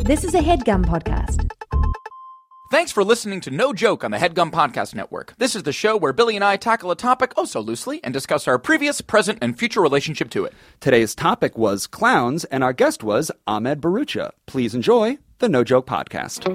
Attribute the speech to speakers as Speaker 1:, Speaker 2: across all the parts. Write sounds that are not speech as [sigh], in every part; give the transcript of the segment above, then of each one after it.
Speaker 1: This is a headgum podcast.
Speaker 2: Thanks for listening to No Joke on the Headgum Podcast Network. This is the show where Billy and I tackle a topic oh so loosely and discuss our previous, present, and future relationship to it.
Speaker 3: Today's topic was clowns, and our guest was Ahmed Barucha. Please enjoy the No Joke Podcast.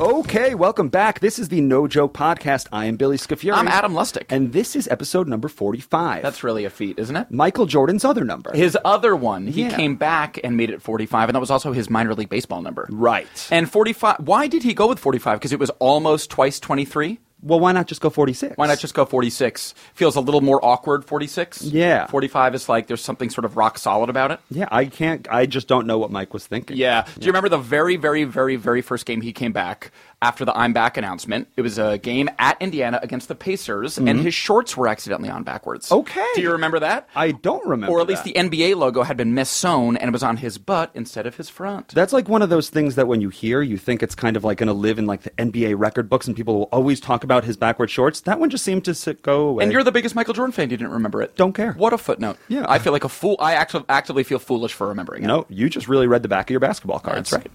Speaker 3: Okay, welcome back. This is the No Joke Podcast. I am Billy Scafuri.
Speaker 2: I'm Adam Lustig.
Speaker 3: And this is episode number 45.
Speaker 2: That's really a feat, isn't it?
Speaker 3: Michael Jordan's other
Speaker 2: [laughs]
Speaker 3: number.
Speaker 2: His other one, he
Speaker 3: Yeah.
Speaker 2: came back and made it 45, and that was also his minor league baseball number.
Speaker 3: Right.
Speaker 2: And 45, why did he go with 45? Because it was almost twice 23.
Speaker 3: well, why not just go 46?
Speaker 2: Why not just go 46? Feels a little more awkward, 46.
Speaker 3: Yeah.
Speaker 2: 45 is like there's something sort of rock solid about it.
Speaker 3: Yeah, I can't. I just don't know what Mike was thinking.
Speaker 2: Yeah. Do you remember the very, very, very, very first game he came back after the I'm back announcement? It was a game at Indiana against the Pacers, and his shorts were accidentally on backwards.
Speaker 3: Mm-hmm. Okay.
Speaker 2: Do you remember that?
Speaker 3: I don't remember.
Speaker 2: or at least
Speaker 3: that.
Speaker 2: the NBA logo had been missewn and it was on his butt instead of his front.
Speaker 3: That's like one of those things that when you hear, you think it's kind of like going to live in like the NBA record books, and people will always talk about his backward shorts. That one just seemed to sit, go away.
Speaker 2: and you're the biggest Michael Jordan fan. You didn't remember it.
Speaker 3: Don't care.
Speaker 2: What a footnote.
Speaker 3: Yeah.
Speaker 2: I feel like a fool. I actu- actively feel foolish for remembering it.
Speaker 3: no, you just really read the back of your basketball cards.
Speaker 2: That's right.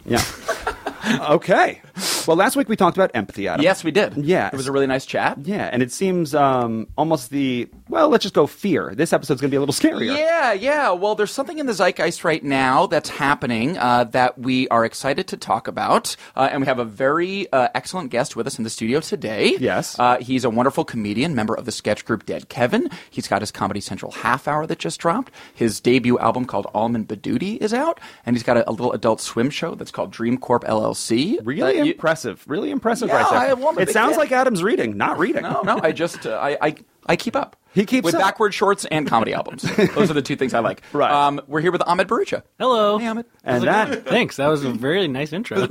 Speaker 3: Yeah. [laughs] okay. Well, last week we talked about empathy, Adam.
Speaker 2: Yes, we did.
Speaker 3: Yes.
Speaker 2: It was a really nice chat.
Speaker 3: Yeah, and it seems um, almost the well. Let's just go fear. This episode's going to be a little scarier.
Speaker 2: Yeah, yeah. Well, there's something in the zeitgeist right now that's happening uh, that we are excited to talk about, uh, and we have a very uh, excellent guest with us in the studio today.
Speaker 3: Yes.
Speaker 2: uh, he's a wonderful comedian, member of the sketch group Dead Kevin. He's got his Comedy Central half hour that just dropped. His debut album called Almond Badoody is out, and he's got a, a little adult swim show that's called Dream Corp LLC.
Speaker 3: Really
Speaker 2: That you-
Speaker 3: impressive. Really impressive,
Speaker 2: Yeah,
Speaker 3: right there.
Speaker 2: I- well, I'm a
Speaker 3: it
Speaker 2: big
Speaker 3: sounds
Speaker 2: fan.
Speaker 3: like Adam's reading, not reading.
Speaker 2: [laughs] No, no. I just uh, I, I I keep up.
Speaker 3: He keeps
Speaker 2: with
Speaker 3: up.
Speaker 2: backward shorts and comedy
Speaker 3: [laughs]
Speaker 2: albums. Those are the two things I like.
Speaker 3: Right.
Speaker 2: Um, we're here with Ahmed Barucha.
Speaker 4: Hello.
Speaker 2: Hey, Ahmed.
Speaker 3: And that
Speaker 4: Thanks. That was a very
Speaker 2: [laughs]
Speaker 4: nice intro.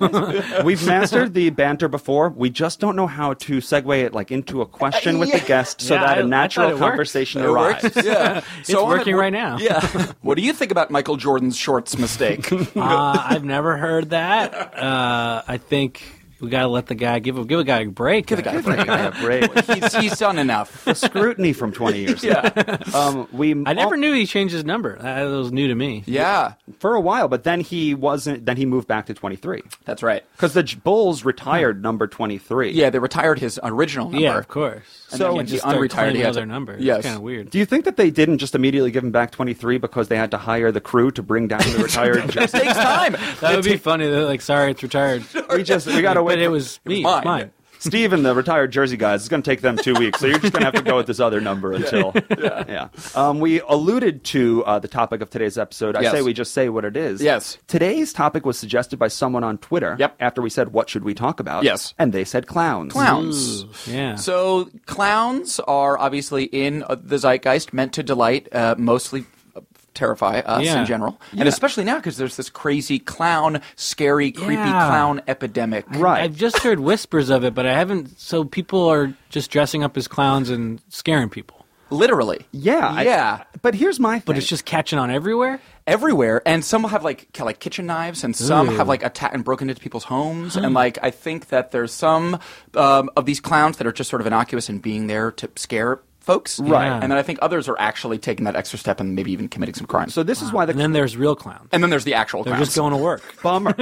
Speaker 3: we've mastered the banter before. We just don't know how to segue it like into a question with
Speaker 2: yeah.
Speaker 3: the guest, so
Speaker 4: Yeah, I-
Speaker 3: that
Speaker 4: I
Speaker 3: a
Speaker 4: thought it
Speaker 3: natural
Speaker 4: worked.
Speaker 3: conversation
Speaker 2: It [laughs]
Speaker 3: arrives.
Speaker 2: worked.
Speaker 4: [laughs]
Speaker 2: Yeah.
Speaker 4: It's working right now.
Speaker 2: Yeah. [laughs] what do you think about Michael Jordan's shorts
Speaker 4: [laughs]
Speaker 2: mistake?
Speaker 4: uh, I've never heard that. Uh, I think we gotta let the guy give a, give a guy a break. Give
Speaker 2: the guy a break.
Speaker 3: Yeah, great. [laughs]
Speaker 2: he's, he's done enough.
Speaker 3: Scrutiny from twenty years.
Speaker 2: Yeah.
Speaker 3: Um, we
Speaker 4: I never knew he changed his number. That was new to me.
Speaker 2: Yeah.
Speaker 3: for a while, but then he wasn't. Then he moved back to twenty three
Speaker 2: That's right.
Speaker 3: because the J- Bulls retired number twenty three.
Speaker 2: Yeah, they retired his original number.
Speaker 4: Yeah, of course.
Speaker 2: And then
Speaker 3: So he
Speaker 2: when he
Speaker 4: just start
Speaker 2: unretired,
Speaker 4: claiming
Speaker 2: he had
Speaker 4: other
Speaker 2: to-
Speaker 4: numbers.
Speaker 2: Yes.
Speaker 4: It's kind of weird.
Speaker 3: Do you think that they didn't just immediately give him back 23 because they had to hire the crew to bring down the retired? just,
Speaker 2: Takes
Speaker 4: [laughs]
Speaker 2: time.
Speaker 4: that would be funny. They're like, sorry,
Speaker 2: [laughs]
Speaker 4: it's retired.
Speaker 3: we just we got to wait.
Speaker 4: but it was me. It
Speaker 2: mine.
Speaker 4: was mine.
Speaker 3: Steve and the retired Jersey guys. It's going to take them two weeks, so you're just going to have to go with this other number until. Yeah. Um, we alluded to uh, the topic of today's episode. I
Speaker 2: Yes.
Speaker 3: say we just say what it is.
Speaker 2: Yes.
Speaker 3: Today's topic was suggested by someone on Twitter.
Speaker 2: Yep.
Speaker 3: After we said what should we talk about?
Speaker 2: Yes.
Speaker 3: And they said clowns.
Speaker 2: Clowns.
Speaker 4: Yeah.
Speaker 2: So clowns are obviously in uh, the zeitgeist, meant to delight, uh, mostly uh, terrify us
Speaker 4: Yeah.
Speaker 2: in general, and especially now because there's this crazy clown, scary, creepy
Speaker 4: Yeah.
Speaker 2: clown epidemic.
Speaker 3: Right.
Speaker 4: I've just heard whispers of it, but I haven't. So people are just dressing up as clowns and scaring people.
Speaker 2: Literally.
Speaker 3: Yeah. I-
Speaker 2: Yeah.
Speaker 3: but here's my thing.
Speaker 4: But it's just catching on everywhere.
Speaker 2: everywhere, and some will have like ki- like kitchen knives, and some
Speaker 4: Ooh. Hmm.
Speaker 2: have like attacked and broken into people's homes, and like I think that there's some um, of these clowns that are just sort of innocuous and being there to scare folks,
Speaker 3: Right.
Speaker 4: Yeah.
Speaker 2: And then I think others are actually taking that extra step and maybe even committing some crimes.
Speaker 3: So this is why the
Speaker 4: And then there's real clowns.
Speaker 2: and then there's the actual
Speaker 4: They're
Speaker 2: clowns.
Speaker 4: just going to work.
Speaker 3: bummer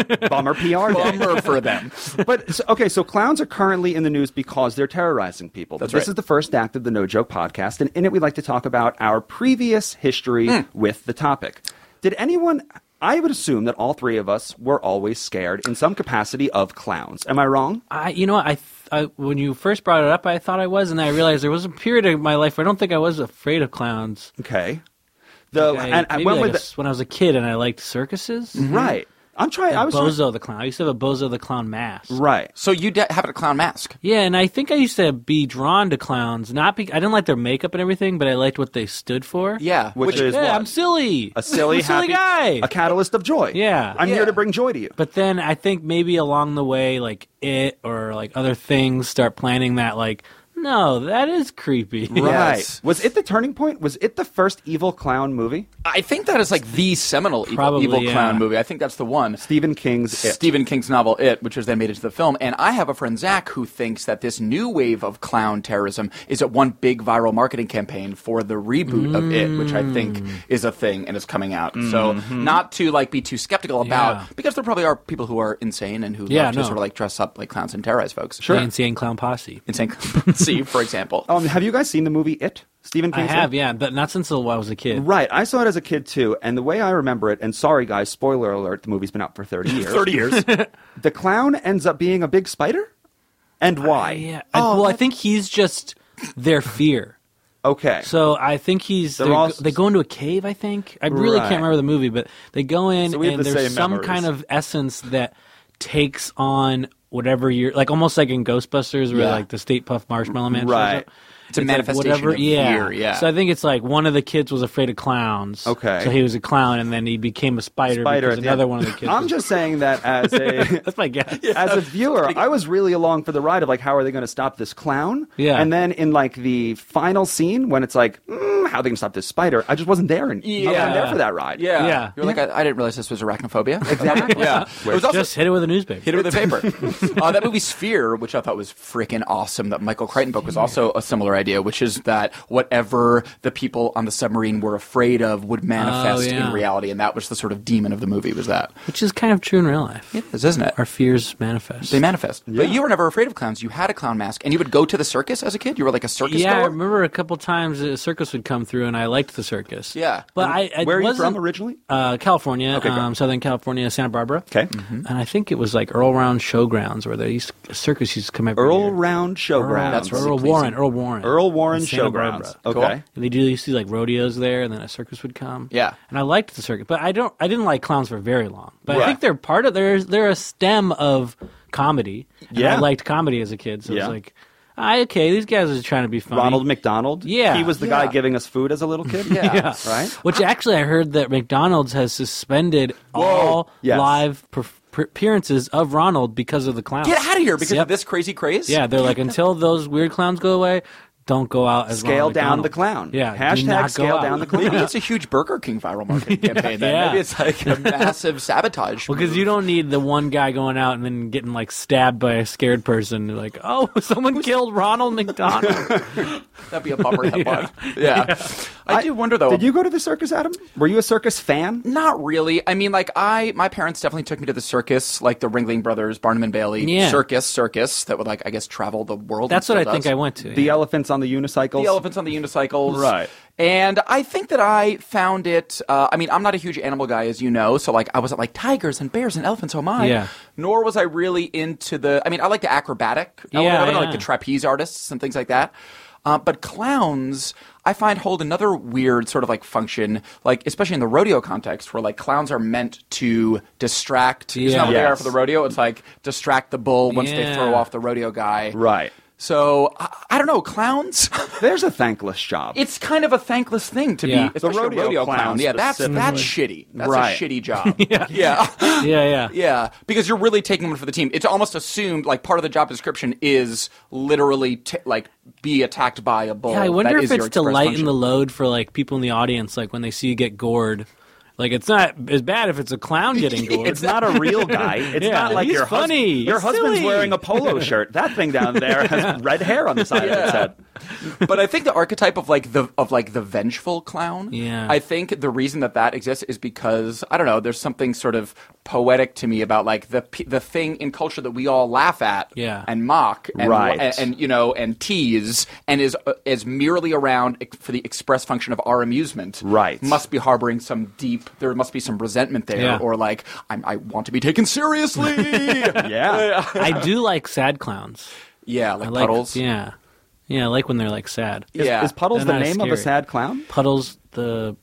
Speaker 2: [laughs]
Speaker 3: bummer PR day.
Speaker 4: [laughs]
Speaker 2: Bummer for them.
Speaker 3: but so- okay, so clowns are currently in the news because they're terrorizing people. But
Speaker 2: That's
Speaker 3: this
Speaker 2: right.
Speaker 3: is the first act of the No Joke podcast, and in it we like to talk about our previous history
Speaker 4: Hmm.
Speaker 3: with the topic. Did anyone? I would assume that all three of us were always scared in some capacity of clowns. Am I wrong?
Speaker 4: I, you know, what, I, th- I when you first brought it up, I thought I was, and then I realized there was a period of my life where I don't think I was afraid of clowns.
Speaker 3: Okay. The
Speaker 4: I,
Speaker 3: Oh, and I
Speaker 4: maybe
Speaker 3: went
Speaker 4: like
Speaker 3: with
Speaker 4: a s- when I was a kid, and I liked circuses.
Speaker 3: the- right. I'm trying. I was trying-
Speaker 4: Bozo the clown. I used to have a Bozo the clown mask.
Speaker 3: right.
Speaker 2: So you de- have a clown mask.
Speaker 4: Yeah, and I think I used to be drawn to clowns. Not be, I didn't like their makeup and everything, but I liked what they stood for.
Speaker 2: Yeah.
Speaker 3: Which is
Speaker 4: yeah,
Speaker 3: what?
Speaker 4: I'm silly.
Speaker 3: a silly,
Speaker 4: I'm a [laughs] silly
Speaker 3: happy-
Speaker 4: guy.
Speaker 3: a catalyst of joy.
Speaker 4: Yeah.
Speaker 3: I'm
Speaker 2: Yeah.
Speaker 3: here to bring joy to you.
Speaker 4: But then I think maybe along the way, like it or like other things start planning that, like, hmm, No, that is creepy.
Speaker 2: Right.
Speaker 3: Right. Was it the turning point? Was it the first evil clown movie?
Speaker 2: I think that is like the seminal evil-
Speaker 4: Probably,
Speaker 2: evil,
Speaker 4: yeah.
Speaker 2: clown movie. I think that's the one.
Speaker 3: Stephen King's It.
Speaker 2: Stephen King's novel It, which was then made into the film. And I have a friend, Zach, who thinks that this new wave of clown terrorism is at one big viral marketing campaign for the reboot of It, which I think
Speaker 4: Mm.
Speaker 2: is a thing and is coming out. So not to like be too skeptical about,
Speaker 4: Mm-hmm. Yeah.
Speaker 2: because there probably are people who are insane and who
Speaker 4: Yeah,
Speaker 2: love to
Speaker 4: no.
Speaker 2: sort of like dress up like clowns and terrorize folks.
Speaker 4: Sure. Oh, and Clown Posse.
Speaker 2: Insane [laughs] See, for example.
Speaker 3: Um, have you guys seen the movie It? Stephen
Speaker 4: I
Speaker 3: King's
Speaker 4: have,
Speaker 3: It?
Speaker 4: yeah, but not since I was a kid.
Speaker 3: Right. I saw it as a kid too, and the way I remember it, and sorry guys, spoiler alert, the movie's been out
Speaker 2: [laughs]
Speaker 3: for 30 years.
Speaker 2: 30 years.
Speaker 3: [laughs] The clown ends up being a big spider? And why?
Speaker 4: Uh, Yeah. I-
Speaker 3: Oh,
Speaker 4: well, I think he's just their fear.
Speaker 3: Okay.
Speaker 4: So I think he's
Speaker 3: They're
Speaker 4: they're
Speaker 3: all-
Speaker 4: go- they go into a cave. I think I really
Speaker 3: Right.
Speaker 4: can't remember the movie, but they go in
Speaker 3: So we have
Speaker 4: and
Speaker 3: the same
Speaker 4: there's some
Speaker 3: memories.
Speaker 4: kind of essence that takes on whatever you're like, almost like in Ghostbusters, where
Speaker 2: Yeah.
Speaker 4: like the State Puff Marshmallow Man. shows
Speaker 3: Right.
Speaker 4: up.
Speaker 2: It's a
Speaker 4: like
Speaker 2: manifestation of fear, yeah.
Speaker 4: So I think it's like one of the kids was afraid of clowns.
Speaker 3: Okay.
Speaker 4: So he was a clown, and then he became a spider.
Speaker 3: spider
Speaker 4: because
Speaker 3: at the
Speaker 4: another
Speaker 3: end.
Speaker 4: one of the
Speaker 3: [laughs]
Speaker 4: kids.
Speaker 3: I'm
Speaker 4: was-
Speaker 3: just saying
Speaker 4: [laughs]
Speaker 3: that as a
Speaker 4: That's my guess.
Speaker 3: as a viewer, I was really along for the ride of like, how are they going to stop this clown?
Speaker 4: Yeah.
Speaker 3: And then in like the final scene when it's like, mm, how are they going to stop this spider? I just wasn't there. And I wasn't
Speaker 2: Yeah.
Speaker 3: there for that ride.
Speaker 2: Yeah.
Speaker 4: Yeah.
Speaker 2: You're like, I, I didn't realize this was arachnophobia. Exactly. [laughs]
Speaker 4: [laughs]
Speaker 2: yeah. It was also-
Speaker 4: Just hit it with a newspaper.
Speaker 2: Hit it with a
Speaker 4: [laughs]
Speaker 2: paper. uh, that movie Sphere, which I thought was freaking awesome, that Michael Crichton book was also a similar idea, which is that whatever the people on the submarine were afraid of would manifest
Speaker 4: Oh, yeah.
Speaker 2: in reality, and that was the sort of demon of the movie. Was that?
Speaker 4: Which is kind of true in real life.
Speaker 2: It is, isn't it?
Speaker 4: Our fears manifest.
Speaker 2: They manifest. But you were never afraid of clowns. You had a clown mask, and you would go to the circus as a kid. You were like a circus
Speaker 4: yeah, I
Speaker 2: goer?
Speaker 4: remember a couple times a circus would come through, and I liked the circus.
Speaker 2: Yeah.
Speaker 4: but I, I
Speaker 3: Where are you
Speaker 4: wasn't-
Speaker 3: from originally?
Speaker 4: Uh, California,
Speaker 3: go.
Speaker 4: um, Southern California, Santa Barbara. Mm-hmm.
Speaker 3: Okay.
Speaker 4: and I think it was like Earl Round Showgrounds where the circus used to come every
Speaker 3: Earl
Speaker 4: year.
Speaker 3: Round Showgrounds.
Speaker 2: That's
Speaker 4: Earl
Speaker 2: pleasing.
Speaker 4: Warren, Earl Warren,
Speaker 3: Earl Warren
Speaker 4: in Santa
Speaker 3: Showgrounds.
Speaker 4: Barbara.
Speaker 3: Okay. Cool.
Speaker 4: And they do used to do, like rodeos there, and then a circus would come.
Speaker 2: Yeah.
Speaker 4: and I liked the circus, but I don't. I didn't like clowns for very long. But
Speaker 3: Right.
Speaker 4: I think they're part of. They're they're a stem of comedy. and
Speaker 3: Yeah.
Speaker 4: I liked comedy as a kid, so
Speaker 3: Yeah.
Speaker 4: it's like, I, okay, these guys are trying to be funny.
Speaker 3: Ronald McDonald.
Speaker 4: Yeah.
Speaker 3: He was the
Speaker 2: Yeah.
Speaker 3: guy giving us food as a little
Speaker 4: [laughs]
Speaker 3: kid.
Speaker 2: Yeah.
Speaker 3: Right?
Speaker 4: Which actually, I heard that McDonald's has suspended all
Speaker 3: Yes.
Speaker 4: live per- per- appearances of Ronald because of the clowns.
Speaker 2: Get out of here because
Speaker 4: Yep.
Speaker 2: of this crazy craze.
Speaker 4: Yeah, they're like until those weird clowns go away, don't go out as
Speaker 3: Scale
Speaker 4: Ronald
Speaker 3: down
Speaker 4: McDonald."
Speaker 3: the clown.
Speaker 4: Yeah, do
Speaker 3: Hashtag
Speaker 4: not go
Speaker 3: scale
Speaker 4: out.
Speaker 3: down the clown.
Speaker 4: [laughs]
Speaker 2: Maybe it's a huge Burger King viral marketing campaign. Then.
Speaker 4: Yeah.
Speaker 2: Maybe it's like
Speaker 4: [laughs]
Speaker 2: a massive sabotage.
Speaker 4: Well, because you don't need the one guy going out and then getting like stabbed by a scared person. You're like, oh, [laughs] someone killed
Speaker 2: [laughs]
Speaker 4: Ronald McDonald.
Speaker 2: That'd be a bummer
Speaker 4: [laughs]
Speaker 2: headline. yeah. I, do wonder though.
Speaker 3: Did you go to the circus, Adam? Were you a circus fan?
Speaker 2: Not really. I mean, like I, my parents definitely took me to the circus, like the Ringling Brothers, Barnum and Bailey
Speaker 4: Yeah.
Speaker 2: circus, circus that would like I guess travel the world.
Speaker 4: That's
Speaker 2: and
Speaker 4: what I
Speaker 2: still
Speaker 4: think
Speaker 2: does.
Speaker 4: I went to.
Speaker 3: The
Speaker 4: yeah.
Speaker 3: elephants on the unicycles?
Speaker 2: The elephants on the unicycles,
Speaker 3: Right.
Speaker 2: And I think that I found it. Uh, I mean, I'm not a huge animal guy, as you know, so like I wasn't like tigers and bears and elephants. Oh my!
Speaker 4: Yeah.
Speaker 2: Nor was I really into the. I mean, I like the acrobatic.
Speaker 4: Yeah,
Speaker 2: I like
Speaker 4: yeah.
Speaker 2: the trapeze artists and things like that. Uh, but clowns, I find hold another weird sort of like function, like especially in the rodeo context, where like clowns are meant to distract. Isn't that
Speaker 4: Yeah.
Speaker 2: what they are
Speaker 3: Yes.
Speaker 2: for the rodeo? It's like distract the bull once they
Speaker 4: Yeah.
Speaker 2: throw off the rodeo guy.
Speaker 3: Right.
Speaker 2: So I, I don't know, clowns.
Speaker 3: There's a thankless job.
Speaker 2: it's kind of a thankless thing to
Speaker 4: Yeah.
Speaker 2: be especially a
Speaker 3: rodeo
Speaker 2: rodeo,
Speaker 3: clown
Speaker 2: clown. Yeah, that's that's shitty. That's
Speaker 3: Right.
Speaker 2: a shitty
Speaker 4: [laughs]
Speaker 2: job. yeah. yeah. [laughs]
Speaker 4: yeah, yeah.
Speaker 2: because you're really taking one for the team. It's almost assumed like part of the job description is literally t- like be attacked by a bull.
Speaker 4: Yeah, I
Speaker 2: That
Speaker 4: wonder
Speaker 2: is
Speaker 4: if
Speaker 2: your
Speaker 4: it's to
Speaker 2: express
Speaker 4: lighten
Speaker 2: function.
Speaker 4: the load for like people in the audience, like when they see you get gored. Like it's not as bad if it's a
Speaker 2: [laughs]
Speaker 4: clown getting gored.
Speaker 3: It's not a real
Speaker 4: [laughs]
Speaker 3: guy. It's
Speaker 4: Yeah,
Speaker 3: not like
Speaker 4: he's
Speaker 3: your hus-
Speaker 4: funny.
Speaker 3: Your
Speaker 4: He's
Speaker 3: husband's
Speaker 4: silly.
Speaker 3: wearing a polo
Speaker 4: [laughs]
Speaker 3: shirt. That thing down there has red hair on the side of its head.
Speaker 2: but I think the archetype of like the of like the vengeful clown.
Speaker 4: Yeah.
Speaker 2: I think the reason that that exists is because I don't know. There's something sort of poetic to me about like the p- the thing in culture that we all laugh at.
Speaker 4: Yeah.
Speaker 2: And mock. And,
Speaker 3: Right.
Speaker 2: And, and, you know and tease and is uh, is merely around ex- for the express function of our amusement.
Speaker 3: Right.
Speaker 2: Must be harboring some deep. There must be some resentment there,
Speaker 4: Yeah.
Speaker 2: or like I'm, I want to be taken seriously.
Speaker 3: [laughs] Yeah.
Speaker 4: I do like sad clowns.
Speaker 2: [laughs] yeah. Like,
Speaker 4: I like
Speaker 2: puddles.
Speaker 4: Yeah, yeah. I like when they're like sad.
Speaker 2: Yeah.
Speaker 3: Is, is Puddles
Speaker 4: They're
Speaker 3: the
Speaker 4: not
Speaker 3: name of a
Speaker 4: scary.
Speaker 3: sad clown?
Speaker 4: Puddles the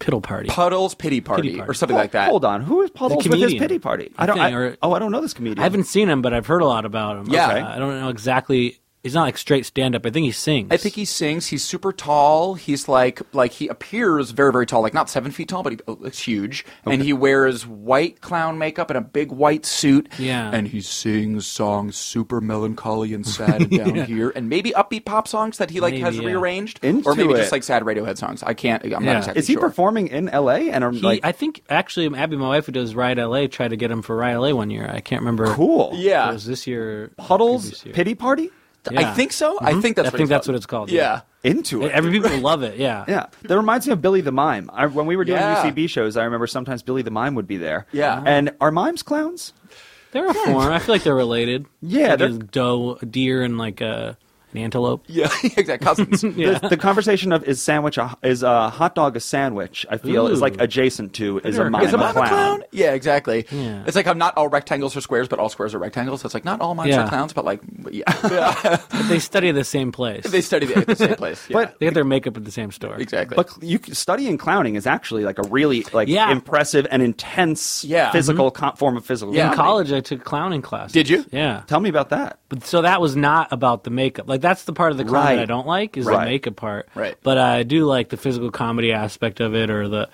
Speaker 4: piddle party.
Speaker 2: Puddles pity party,
Speaker 4: party.
Speaker 2: or something like that.
Speaker 3: Hold on. Who is Puddles with his
Speaker 4: comedian.
Speaker 3: pity party?
Speaker 4: I
Speaker 3: I don't.
Speaker 4: think,
Speaker 3: I,
Speaker 4: or-
Speaker 3: oh, I don't know this comedian.
Speaker 4: I haven't seen him, but I've heard a lot about him.
Speaker 2: Yeah.
Speaker 4: Uh, I don't know exactly He's not like straight stand up. I think he sings.
Speaker 2: I think he sings. He's super tall. He's like like he appears very very tall, like not seven feet tall, but he looks huge. And he wears white clown makeup and a big white suit.
Speaker 4: Yeah.
Speaker 2: And he sings songs super melancholy
Speaker 4: [laughs]
Speaker 2: and sad and down here, and maybe upbeat pop songs that he like
Speaker 4: Maybe,
Speaker 2: has
Speaker 4: yeah.
Speaker 2: rearranged,
Speaker 3: Into
Speaker 2: or maybe
Speaker 3: it.
Speaker 2: just like sad Radiohead songs. I can't. I'm
Speaker 4: Yeah.
Speaker 2: not exactly
Speaker 3: Is he
Speaker 2: sure.
Speaker 3: performing in L.A. and are
Speaker 4: He-
Speaker 3: like
Speaker 4: I think actually Abby, my wife who does Riot LA, tried to get him for Riot LA one year. I can't remember.
Speaker 3: cool?
Speaker 4: if
Speaker 2: Yeah.
Speaker 4: It was this year. or
Speaker 3: Huddle's
Speaker 4: previous year.
Speaker 3: pity party
Speaker 4: Yeah.
Speaker 2: I think so.
Speaker 3: Mm-hmm.
Speaker 2: I think that's.
Speaker 4: I
Speaker 2: what
Speaker 4: think
Speaker 2: it's
Speaker 4: that's
Speaker 2: called.
Speaker 4: what it's called.
Speaker 2: Yeah.
Speaker 3: into it.
Speaker 4: Every people love it. Yeah.
Speaker 3: Yeah, that reminds me of Billy the Mime. I, when we were doing
Speaker 2: Yeah.
Speaker 3: UCB shows, I remember sometimes Billy the Mime would be there.
Speaker 2: Yeah.
Speaker 3: and are mimes clowns?
Speaker 4: They're a form. I feel like they're related.
Speaker 3: Yeah,
Speaker 4: Like
Speaker 3: they're-
Speaker 4: a doe, a deer, and like a, an antelope.
Speaker 2: Yeah. [laughs] exactly.
Speaker 4: [laughs]
Speaker 2: Cousins.
Speaker 4: Yeah.
Speaker 2: [laughs]
Speaker 3: The, the conversation of is sandwich a, is a hot dog a sandwich? I feel is like
Speaker 4: Ooh.
Speaker 3: adjacent to is
Speaker 4: never
Speaker 3: a mime
Speaker 4: heard
Speaker 2: Is a mime
Speaker 3: clown.
Speaker 2: a clown? Yeah, exactly.
Speaker 4: Yeah.
Speaker 2: It's like I'm not all rectangles are squares, but all squares are rectangles. It's like not all mimes
Speaker 4: Yeah.
Speaker 2: are clowns, but like yeah, [laughs]
Speaker 4: But [laughs] they study the same place.
Speaker 2: they study the, at the same place. Yeah.
Speaker 3: But
Speaker 4: They get their makeup at the same store.
Speaker 2: exactly.
Speaker 3: but you c- studying clowning is actually like a really like
Speaker 4: Yeah.
Speaker 3: impressive and intense
Speaker 2: Yeah. Mm-hmm.
Speaker 3: physical co- form of physical.
Speaker 2: Yeah.
Speaker 4: In
Speaker 3: comedy.
Speaker 4: college, I took clowning classes.
Speaker 2: Did you?
Speaker 4: Yeah.
Speaker 3: Tell me about that.
Speaker 4: But so that was not about the makeup. Like that's the part of the clown
Speaker 3: Right.
Speaker 4: that I don't like is
Speaker 3: Right.
Speaker 4: the makeup part.
Speaker 2: Right.
Speaker 4: But I do like the physical comedy aspect of it, or the.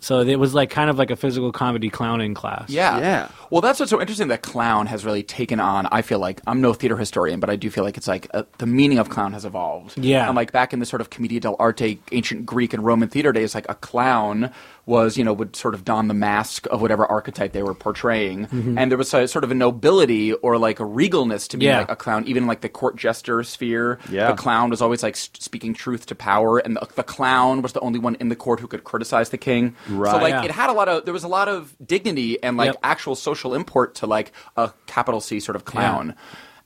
Speaker 4: So it was like kind of like a physical comedy clowning class.
Speaker 2: yeah.
Speaker 3: Yeah.
Speaker 2: Well, that's what's so interesting that clown has really taken on. I feel like I'm no theater historian, but I do feel like it's like uh the meaning of clown has evolved.
Speaker 4: Yeah.
Speaker 2: And like back in the sort of commedia dell'arte, ancient Greek and Roman theater days, like a clown was, you know, would sort of don the mask of whatever archetype they were portraying.
Speaker 4: Mm-hmm.
Speaker 2: And there was a, sort of a nobility or like a regalness to being
Speaker 4: Yeah.
Speaker 2: like a clown, even in, like the court jester sphere.
Speaker 3: Yeah.
Speaker 2: The clown was always like s- speaking truth to power, and the, the clown was the only one in the court who could criticize the king. So
Speaker 3: Right.
Speaker 2: like
Speaker 4: Yeah.
Speaker 2: it had a lot of there was a lot of dignity and like
Speaker 4: Yep.
Speaker 2: actual social import to like a capital C sort of clown.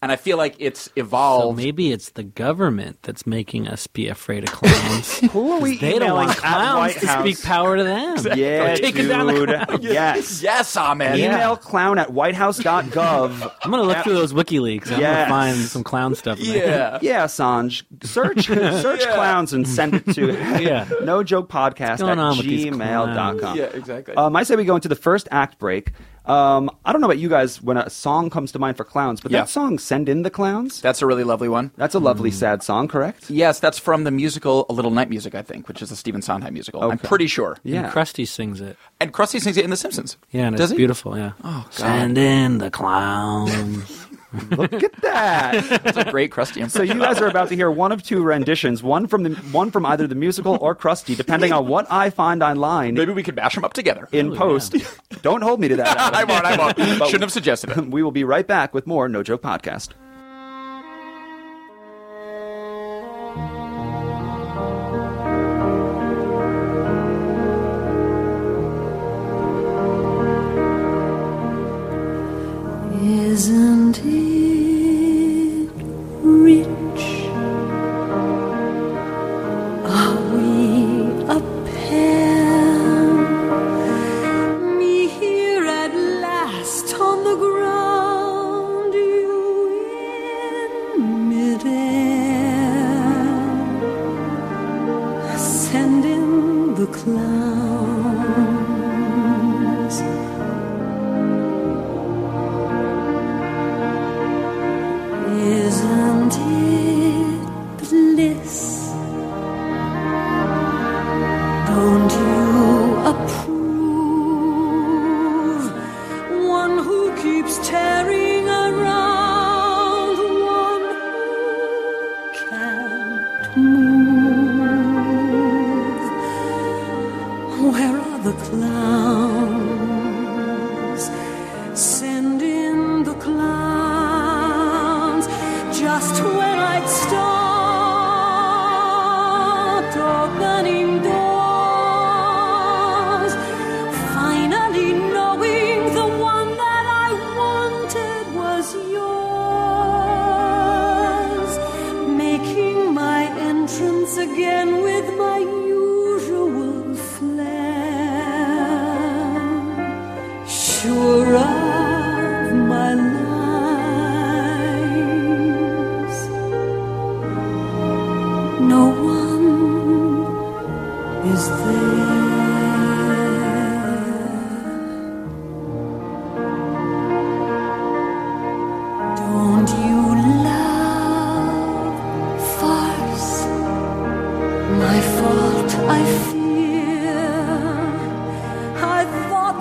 Speaker 2: And I feel like it's evolved.
Speaker 4: So maybe it's the government that's making us be afraid of clowns.
Speaker 3: [laughs] Who are we
Speaker 4: they don't
Speaker 3: emailing
Speaker 4: want
Speaker 3: at
Speaker 4: clowns
Speaker 3: White
Speaker 4: to
Speaker 3: House?
Speaker 4: speak power to them.
Speaker 3: Yeah,
Speaker 4: [laughs] Take
Speaker 3: dude.
Speaker 4: it down the
Speaker 3: [laughs]
Speaker 4: [laughs]
Speaker 3: yes.
Speaker 2: yes, Ahmed.
Speaker 3: Email clown at whitehouse.gov.
Speaker 4: I'm gonna look through those WikiLeaks. I'm
Speaker 3: Yes.
Speaker 4: gonna find some clown stuff. [laughs] In there.
Speaker 2: Yeah.
Speaker 3: [laughs] Yeah, Sanj. Search
Speaker 4: [laughs]
Speaker 3: search clowns and send it to
Speaker 4: Yeah.
Speaker 3: [laughs] no joke podcast
Speaker 4: going on with these
Speaker 3: at gmail.com.
Speaker 4: clowns?
Speaker 2: Yeah, exactly.
Speaker 3: Um, I say we go into the first act break. Um, I don't know about you guys when a song comes to mind for clowns, but
Speaker 2: Yeah.
Speaker 3: that song Send In the Clowns,
Speaker 2: That's a really lovely one.
Speaker 3: that's a
Speaker 4: Mm.
Speaker 3: lovely sad song, correct?
Speaker 2: Yes, that's from the musical A Little Night Music, I think, which is a Stephen Sondheim musical. I'm pretty sure.
Speaker 4: And Krusty sings it.
Speaker 2: And Krusty sings it in The Simpsons.
Speaker 4: Yeah, and
Speaker 2: Does
Speaker 4: it's
Speaker 2: he?
Speaker 4: beautiful. Yeah. Oh, Send in the clowns.
Speaker 3: Look at that.
Speaker 4: [laughs]
Speaker 2: It's a great Krusty impression.
Speaker 3: so you guys are about to hear one of two renditions, one from the one from either the musical or Krusty, depending on what I find online
Speaker 2: Maybe we could bash them up together. [laughs]
Speaker 3: in post. [laughs] Don't hold me to that. Adam.
Speaker 4: [laughs]
Speaker 2: I won't. I won't. Shouldn't have suggested it.
Speaker 3: we will be right back with more No Joke Podcast.
Speaker 5: Isn't it rich? Are we a pair? Me here at last on the ground, you in midair. Send in the clowns. Isn't it bliss? Don't you approve? One who keeps tearing around, one who can't move. Where are the clowns? Send in the clowns just when I'd start opening doors. Finally, knowing the one that I wanted was yours, making my entrance again with my usual flair sure of my lies. No one is there. Don't you love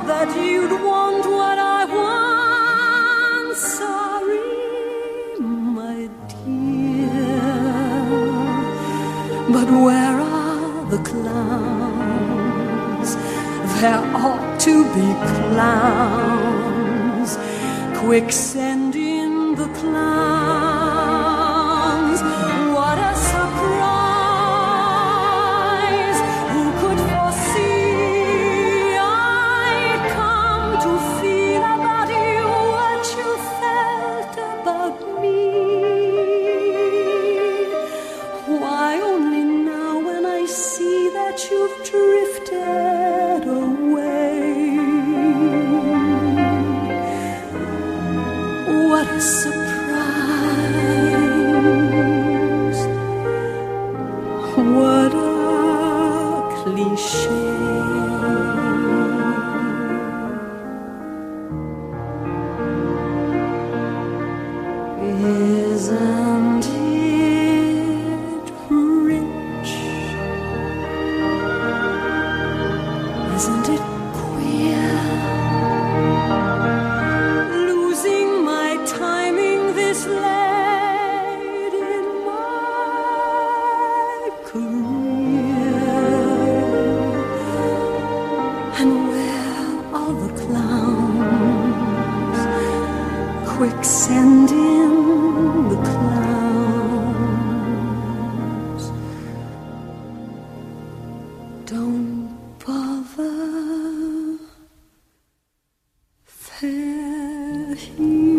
Speaker 5: that you'd want what I want. Sorry, my dear. But where are the clowns? There ought to be clowns. Quick, send in the clowns. What a surprise! Who could foresee? I come to feel about you what you felt about me. Why only now when I see that you've drifted away? What a surprise! What a cliche! Isn't it rich? Isn't it queer? Losing my timing this late in my career. And where are the clowns? Quick, send in the clowns. Don't bother. They're here.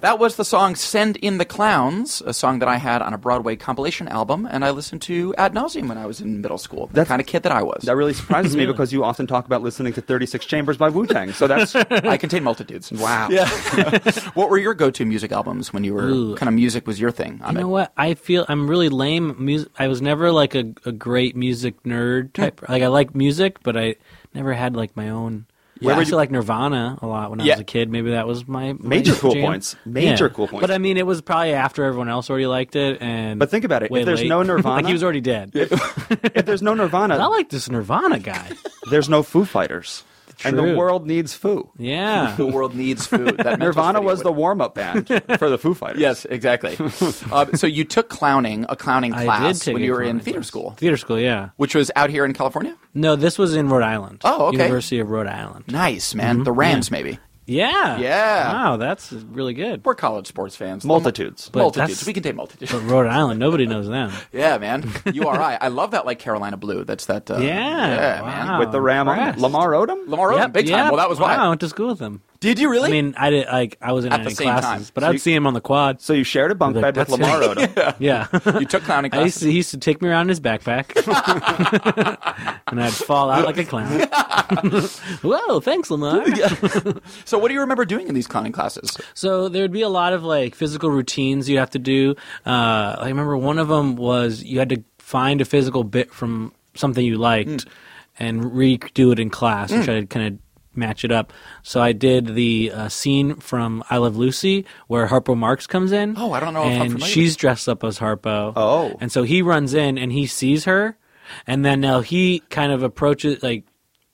Speaker 2: That was the song Send in the Clowns, a song that I had on a Broadway compilation album, and I listened to ad nauseum when I was in middle school. The
Speaker 3: That's-
Speaker 2: kind of kid that I was.
Speaker 3: That really surprises me because you often talk about listening to 36 Chambers by Wu Tang. So
Speaker 4: [laughs]
Speaker 2: [laughs]
Speaker 3: that's
Speaker 2: I contain multitudes.
Speaker 3: wow.
Speaker 2: [laughs] what were your go to music albums when you were
Speaker 4: Ooh.
Speaker 2: kind of music was your thing? I
Speaker 4: You know what? I feel I'm really lame. Music. I was never like a, a great music nerd
Speaker 3: Hmm.
Speaker 4: type. Like I like music, but I never had like my own.
Speaker 3: Where
Speaker 4: I
Speaker 3: were
Speaker 4: used to
Speaker 3: you-
Speaker 4: like Nirvana a lot when I
Speaker 2: Yeah.
Speaker 4: was a kid. Maybe that was my, my
Speaker 3: Major cool
Speaker 4: jam.
Speaker 3: points. Major cool points.
Speaker 4: But I mean, it was probably after everyone else already liked it. And
Speaker 3: But think about it. If
Speaker 4: way
Speaker 3: there's
Speaker 4: late.
Speaker 3: no
Speaker 4: [laughs] like
Speaker 3: Nirvana-
Speaker 4: he was already dead.
Speaker 3: if there's no Nirvana,
Speaker 4: I like this Nirvana guy. [laughs]
Speaker 3: there's no Foo Fighters, and the
Speaker 4: True.
Speaker 3: world needs Foo. [laughs]
Speaker 4: Yeah.
Speaker 2: [laughs] the world needs food. That
Speaker 3: Nirvana was the
Speaker 2: one.
Speaker 3: warm-up band
Speaker 4: [laughs]
Speaker 3: for the Foo Fighters.
Speaker 2: Yes, exactly. uh, so you took clowning, a clowning
Speaker 4: I did
Speaker 2: class
Speaker 4: take
Speaker 2: when
Speaker 4: a
Speaker 2: you were in
Speaker 4: clown
Speaker 2: theater
Speaker 4: class.
Speaker 2: school,
Speaker 4: Theater school, yeah.
Speaker 2: which was out here in California.
Speaker 4: No, this was in Rhode Island.
Speaker 2: Oh, okay.
Speaker 4: University of Rhode Island.
Speaker 2: Nice, man.
Speaker 4: Mm-hmm.
Speaker 2: The Rams, maybe.
Speaker 4: Yeah.
Speaker 2: Yeah.
Speaker 4: Wow, that's really good.
Speaker 2: We're college sports fans.
Speaker 3: Multitudes.
Speaker 4: But
Speaker 2: multitudes.
Speaker 4: that's-
Speaker 2: We can take multitudes.
Speaker 4: But Rhode Island, nobody knows them.
Speaker 2: Yeah, man. URI. I love that, like Carolina Blue. That's that. Uh,
Speaker 4: Yeah.
Speaker 2: man.
Speaker 4: Wow.
Speaker 3: With the Ram on it.
Speaker 4: oh, Impressed.
Speaker 3: Lamar Odom?
Speaker 2: Lamar Odom,
Speaker 4: Yep,
Speaker 2: big time.
Speaker 4: yep.
Speaker 2: Well, that was why.
Speaker 4: Wow, I went to school with them.
Speaker 2: Did you really?
Speaker 4: I mean, I did like I wasn't
Speaker 2: At
Speaker 4: in
Speaker 2: the
Speaker 4: any
Speaker 2: same
Speaker 4: classes,
Speaker 2: time.
Speaker 4: but
Speaker 2: So
Speaker 4: I'd
Speaker 2: you-
Speaker 4: see him on the quad.
Speaker 3: So you shared a bunk
Speaker 4: Like,
Speaker 3: bed with
Speaker 4: that's
Speaker 3: Lamar Odom.
Speaker 4: [laughs] Yeah.
Speaker 2: [laughs] you took clowning
Speaker 4: I used
Speaker 2: classes.
Speaker 4: to, he used to take me around in
Speaker 2: [laughs]
Speaker 4: his backpack, [laughs] and I'd fall out like a clown.
Speaker 2: [laughs]
Speaker 4: [laughs] Whoa, thanks, Lamar.
Speaker 2: so, what do you remember doing in these clowning classes?
Speaker 4: So there would be a lot of like physical routines you'd have to do. Uh, I remember one of them was you had to find a physical bit from something you liked
Speaker 2: Mm.
Speaker 4: and redo it in class and try to kind of match it up. So I did the uh, scene from I Love Lucy where Harpo Marx comes in.
Speaker 2: Oh, I don't know if I'm
Speaker 4: And
Speaker 2: familiar.
Speaker 4: she's dressed up as Harpo.
Speaker 3: Oh.
Speaker 4: and so he runs in and he sees her, and then now he kind of approaches like.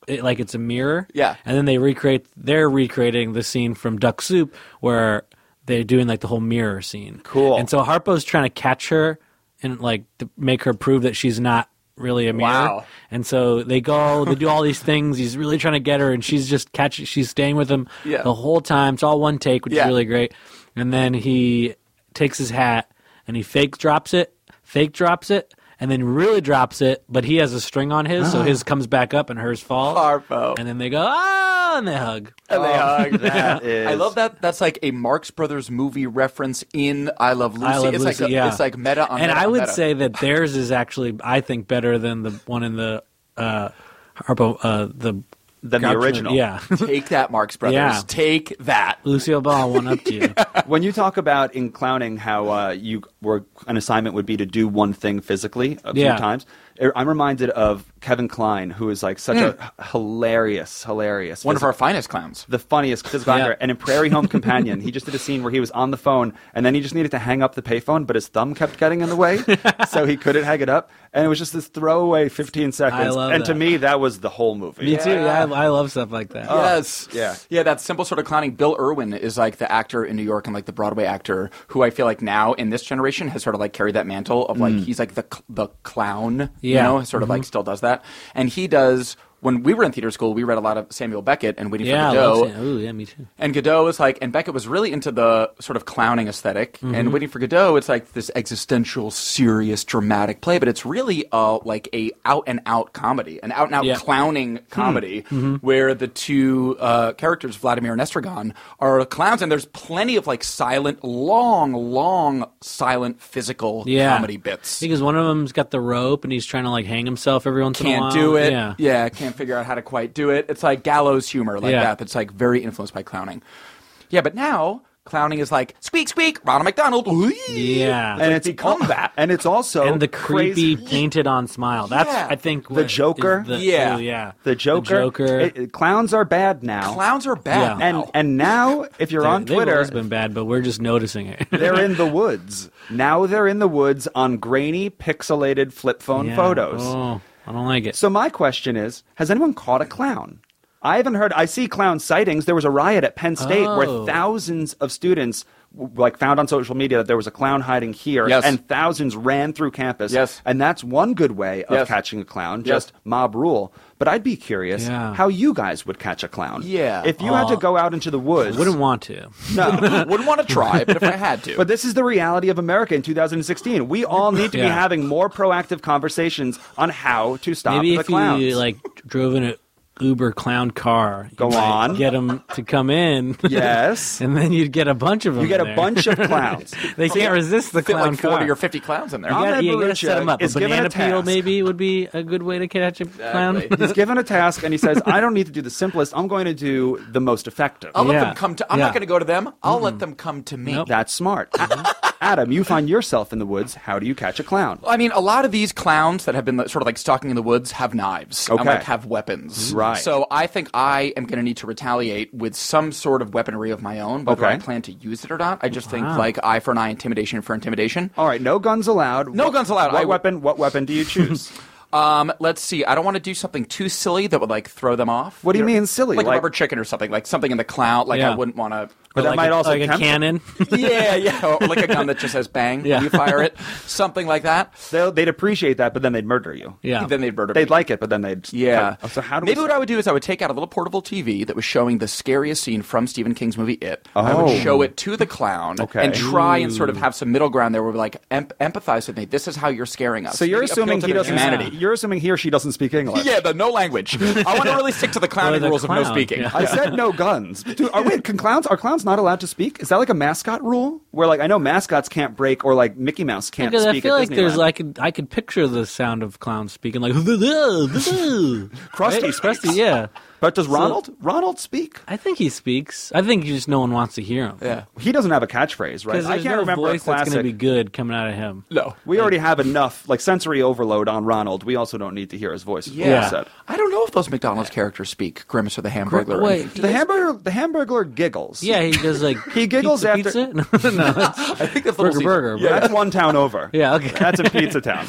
Speaker 4: It, like it's a mirror,
Speaker 2: Yeah.
Speaker 4: and then they recreate they're recreating the scene from Duck Soup where they're doing like the whole mirror scene.
Speaker 3: Cool.
Speaker 4: And so Harpo's trying to catch her and like to make her prove that she's not really a mirror.
Speaker 2: Wow.
Speaker 4: And so they go, they do all these things. He's really trying to get her, and she's just catching. She's staying with him
Speaker 2: Yeah.
Speaker 4: the whole time. It's all one take, which
Speaker 2: Yeah.
Speaker 4: is really great. And then he takes his hat and he fake drops it, fake drops it. And then really drops it, but he has a string on his,
Speaker 2: Ah.
Speaker 4: so his comes back up and hers falls.
Speaker 2: Harpo.
Speaker 4: And then they go, oh, and they hug.
Speaker 3: That
Speaker 4: [laughs]
Speaker 3: is-
Speaker 2: I love that. That's like a Marx Brothers movie reference in I Love Lucy.
Speaker 4: I love
Speaker 2: it's
Speaker 4: Lucy.
Speaker 2: like a-
Speaker 4: yeah,
Speaker 2: it's like meta on
Speaker 4: And
Speaker 2: meta
Speaker 4: I
Speaker 2: on uh,
Speaker 4: would
Speaker 2: meta.
Speaker 4: say that theirs is actually, I think, better than the one in the uh, Harpo, uh, the
Speaker 3: Than the
Speaker 4: Groucho-
Speaker 3: original.
Speaker 4: Yeah, [laughs]
Speaker 2: take that, Marx Brothers.
Speaker 4: Yeah.
Speaker 2: Take that.
Speaker 4: Lucille Ball one up
Speaker 2: [laughs]
Speaker 4: to you.
Speaker 3: When you talk about in clowning how uh, you were an assignment would be to do one thing physically a few
Speaker 4: Yeah.
Speaker 3: times, I'm reminded of Kevin Klein, who is like such a
Speaker 4: Mm.
Speaker 3: h- hilarious, hilarious,
Speaker 2: One of
Speaker 3: physical-
Speaker 2: our finest clowns.
Speaker 3: the funniest physical
Speaker 4: Yeah.
Speaker 3: actor. And in Prairie Home Companion, he just did a scene where he was on the phone and then he just needed to hang up the payphone, but his thumb kept getting in the
Speaker 4: [laughs]
Speaker 3: way, so he couldn't hang it up. And it was just this throwaway 15 seconds.
Speaker 4: love
Speaker 3: and to
Speaker 4: that.
Speaker 3: me, that was the whole movie.
Speaker 4: Me too. Yeah, I, I love stuff like that.
Speaker 2: Yes.
Speaker 3: yeah.
Speaker 2: Yeah, that simple sort of clowning. Bill Irwin is like the actor in New York and like the Broadway actor who I feel like now in this generation has sort of like carried that mantle of like he's like the cl- the clown, you
Speaker 4: Mm. Yeah. Mm-hmm.
Speaker 2: know, sort of like still does that. And he does when we were in theater school, we read a lot of Samuel Beckett and Waiting
Speaker 4: Yeah,
Speaker 2: for
Speaker 4: I
Speaker 2: Godot.
Speaker 4: love seeing- Ooh, yeah, me too.
Speaker 2: And Godot is like, and Beckett was really into the sort of clowning esthetic
Speaker 4: Mm-hmm.
Speaker 2: And Waiting for Godot, it's like this existential, serious, dramatic play, but it's really uh, like a out and out comedy, an out and out
Speaker 4: Yeah. Hmm. Mm-hmm.
Speaker 2: clowning comedy, where the two uh, characters, Vladimir and Estragon, are clowns, and there's plenty of like silent, long, long, silent physical
Speaker 4: Yeah.
Speaker 2: comedy bits.
Speaker 4: Because one of them's got the rope and he's trying to like hang himself every once in a
Speaker 2: can't
Speaker 4: while.
Speaker 2: do it.
Speaker 4: Yeah.
Speaker 2: can't figure out how to quite do it. It's like gallows humor like
Speaker 4: Yeah.
Speaker 2: that. That's like very influenced by clowning. Yeah, but now clowning is like squeak squeak, Ronald McDonald. whee!
Speaker 4: Yeah.
Speaker 2: and it's become that.
Speaker 3: And it's also
Speaker 4: And the
Speaker 3: crazy-
Speaker 4: creepy painted on smile. That's
Speaker 2: Oh, Yeah.
Speaker 4: I think
Speaker 3: The
Speaker 4: what is
Speaker 3: Joker?
Speaker 4: the-
Speaker 2: Yeah.
Speaker 4: ooh, yeah.
Speaker 3: The Joker.
Speaker 4: Joker.
Speaker 3: it- it- clowns are bad now.
Speaker 2: Clowns are bad.
Speaker 4: Yeah.
Speaker 3: and
Speaker 2: now.
Speaker 3: and now if you're on
Speaker 4: They've
Speaker 3: Twitter,
Speaker 4: always been bad, but we're just noticing it.
Speaker 3: [laughs] they're in the woods. Now they're in the woods on grainy, pixelated flip phone
Speaker 4: [laughs] Yeah.
Speaker 3: photos.
Speaker 4: Oh, I don't like it.
Speaker 3: So my question is, has anyone caught a clown? I haven't heard. I see clown sightings. There was a riot at Penn State where
Speaker 4: Oh.
Speaker 3: thousands of students w- like found on social media that there was a clown hiding here
Speaker 2: Yes.
Speaker 3: and thousands ran through campus
Speaker 2: Yes.
Speaker 3: and that's one good way of
Speaker 2: Yes.
Speaker 3: catching a clown
Speaker 2: Yes.
Speaker 3: just mob rule but i'd be curious
Speaker 4: Yeah.
Speaker 3: how you guys would catch a clown
Speaker 2: Yeah.
Speaker 3: if you had to go out into the woods
Speaker 4: Wouldn't want to.
Speaker 3: no
Speaker 2: [laughs] wouldn't want to try, but if I had to.
Speaker 3: [laughs] But this is the reality of America in 2016. We
Speaker 4: [laughs]
Speaker 3: all need to be
Speaker 4: Yeah.
Speaker 3: having more proactive conversations on how to stop
Speaker 4: Maybe
Speaker 3: the
Speaker 4: if
Speaker 3: clowns.
Speaker 4: you like drove in an Uber clown car, you
Speaker 3: Go
Speaker 4: might
Speaker 3: on.
Speaker 4: get them to come in. [laughs]
Speaker 3: yes.
Speaker 4: and then you'd get a bunch of them.
Speaker 3: You get a
Speaker 4: there.
Speaker 3: bunch of clowns.
Speaker 4: [laughs] They can't resist the
Speaker 2: fit
Speaker 4: clown
Speaker 2: like 40
Speaker 4: car.
Speaker 2: or 50 clowns in there.
Speaker 4: You gotta,
Speaker 3: Ahmed
Speaker 4: you gotta set them
Speaker 3: Baruchak
Speaker 4: up. A
Speaker 3: is given
Speaker 4: banana
Speaker 3: a
Speaker 4: peel
Speaker 3: task.
Speaker 4: maybe would be a good way to catch a clown.
Speaker 2: Exactly.
Speaker 4: [laughs]
Speaker 3: He's given a task and he says, I don't need to do the simplest. I'm going to do the most effective.
Speaker 2: I'll let
Speaker 4: Yeah.
Speaker 2: them come to. I'm
Speaker 4: Yeah.
Speaker 2: not going to go to them. I'll let them come to me.
Speaker 4: Nope.
Speaker 3: That's smart. Adam, you find yourself in the woods. How do you catch a clown?
Speaker 2: I mean, a lot of these clowns that have been like, sort of like stalking in the woods have knives and
Speaker 3: Okay.
Speaker 2: like have weapons.
Speaker 3: Right.
Speaker 2: So I think I am going to need to retaliate with some sort of weaponry of my own, whether
Speaker 3: Okay.
Speaker 2: I plan to use it or not. I just think like eye for an eye, intimidation for intimidation.
Speaker 3: All right, no guns allowed.
Speaker 2: No
Speaker 3: What-
Speaker 2: guns allowed.
Speaker 3: What
Speaker 2: I-
Speaker 3: weapon? What weapon do
Speaker 2: [laughs]
Speaker 3: you choose?
Speaker 2: Um, let's see. I don't want to do something too silly that would like throw them off.
Speaker 3: What do you mean silly?
Speaker 2: Like,
Speaker 3: Like-
Speaker 2: a rubber chicken or something, like something in the clown. Like I
Speaker 4: Yeah.
Speaker 2: wouldn't want to.
Speaker 3: But that
Speaker 4: like
Speaker 3: might
Speaker 4: a,
Speaker 3: also
Speaker 4: like a
Speaker 3: tempt-
Speaker 4: cannon.
Speaker 2: [laughs] yeah, yeah, or like a gun that just says bang
Speaker 4: Yeah.
Speaker 2: when you fire it, something like that.
Speaker 3: They'll, they'd appreciate that, but then they'd murder you.
Speaker 4: yeah.
Speaker 2: Then they'd murder me.
Speaker 3: They'd like it, but then they'd.
Speaker 2: Yeah.
Speaker 3: So how do
Speaker 2: Maybe
Speaker 3: we...
Speaker 2: what I would do is I would take out a little portable TV that was showing the scariest scene from Stephen King's movie It. I
Speaker 3: Oh.
Speaker 2: would show it to the clown
Speaker 3: Okay.
Speaker 2: and try and sort of have some middle ground there where we're like em- empathize with me. This is how you're scaring us.
Speaker 3: So you're
Speaker 2: Maybe appeal
Speaker 3: assuming
Speaker 2: to
Speaker 3: he
Speaker 2: their
Speaker 3: doesn't.
Speaker 2: humanity.
Speaker 3: You're assuming he or she doesn't speak
Speaker 2: [laughs]
Speaker 3: English.
Speaker 2: Yeah, the no language. I want to really stick to the clowning
Speaker 4: the
Speaker 2: rules of no
Speaker 4: clown,
Speaker 2: speaking.
Speaker 4: yeah.
Speaker 3: I said
Speaker 4: [laughs]
Speaker 3: no guns. Dude, are, wait, can clowns are clowns not allowed to speak? Is that like a mascot rule? Where like I know mascots can't break or like Mickey Mouse can't
Speaker 4: because
Speaker 3: speak
Speaker 4: I feel
Speaker 3: at
Speaker 4: like there's
Speaker 3: Disneyland.
Speaker 4: like I could picture the sound of clowns speaking like [laughs] crusty,
Speaker 3: Krusty
Speaker 4: crusty,
Speaker 3: speaks.
Speaker 4: yeah.
Speaker 3: But does Ronald Ronald speak?
Speaker 4: I think he speaks. I think just no one wants to hear him.
Speaker 2: Yeah.
Speaker 3: He doesn't have a catchphrase, right?
Speaker 4: because
Speaker 3: I
Speaker 4: there's
Speaker 3: can't
Speaker 4: no
Speaker 3: remember a
Speaker 4: voice that's going
Speaker 3: classic.
Speaker 4: to be good coming out of him.
Speaker 2: No.
Speaker 3: we already have enough like sensory overload on Ronald. We also don't need to hear his voice. is what we
Speaker 2: Yeah.
Speaker 3: said.
Speaker 2: I don't know if those McDonald's characters speak Grimace or the Hamburglar.
Speaker 4: wait.
Speaker 2: I think-
Speaker 3: The hamburger the hamburger giggles.
Speaker 4: Yeah, he does like
Speaker 3: [laughs] He giggles
Speaker 4: pizza,
Speaker 3: after-
Speaker 4: Pizza? [laughs] No, no, it's
Speaker 2: [laughs] I think that's
Speaker 4: burger
Speaker 2: Little
Speaker 4: burger.
Speaker 3: Yeah, that's one town over.
Speaker 4: [laughs] Yeah, okay.
Speaker 3: That's in Pizza
Speaker 4: [laughs]
Speaker 3: Town.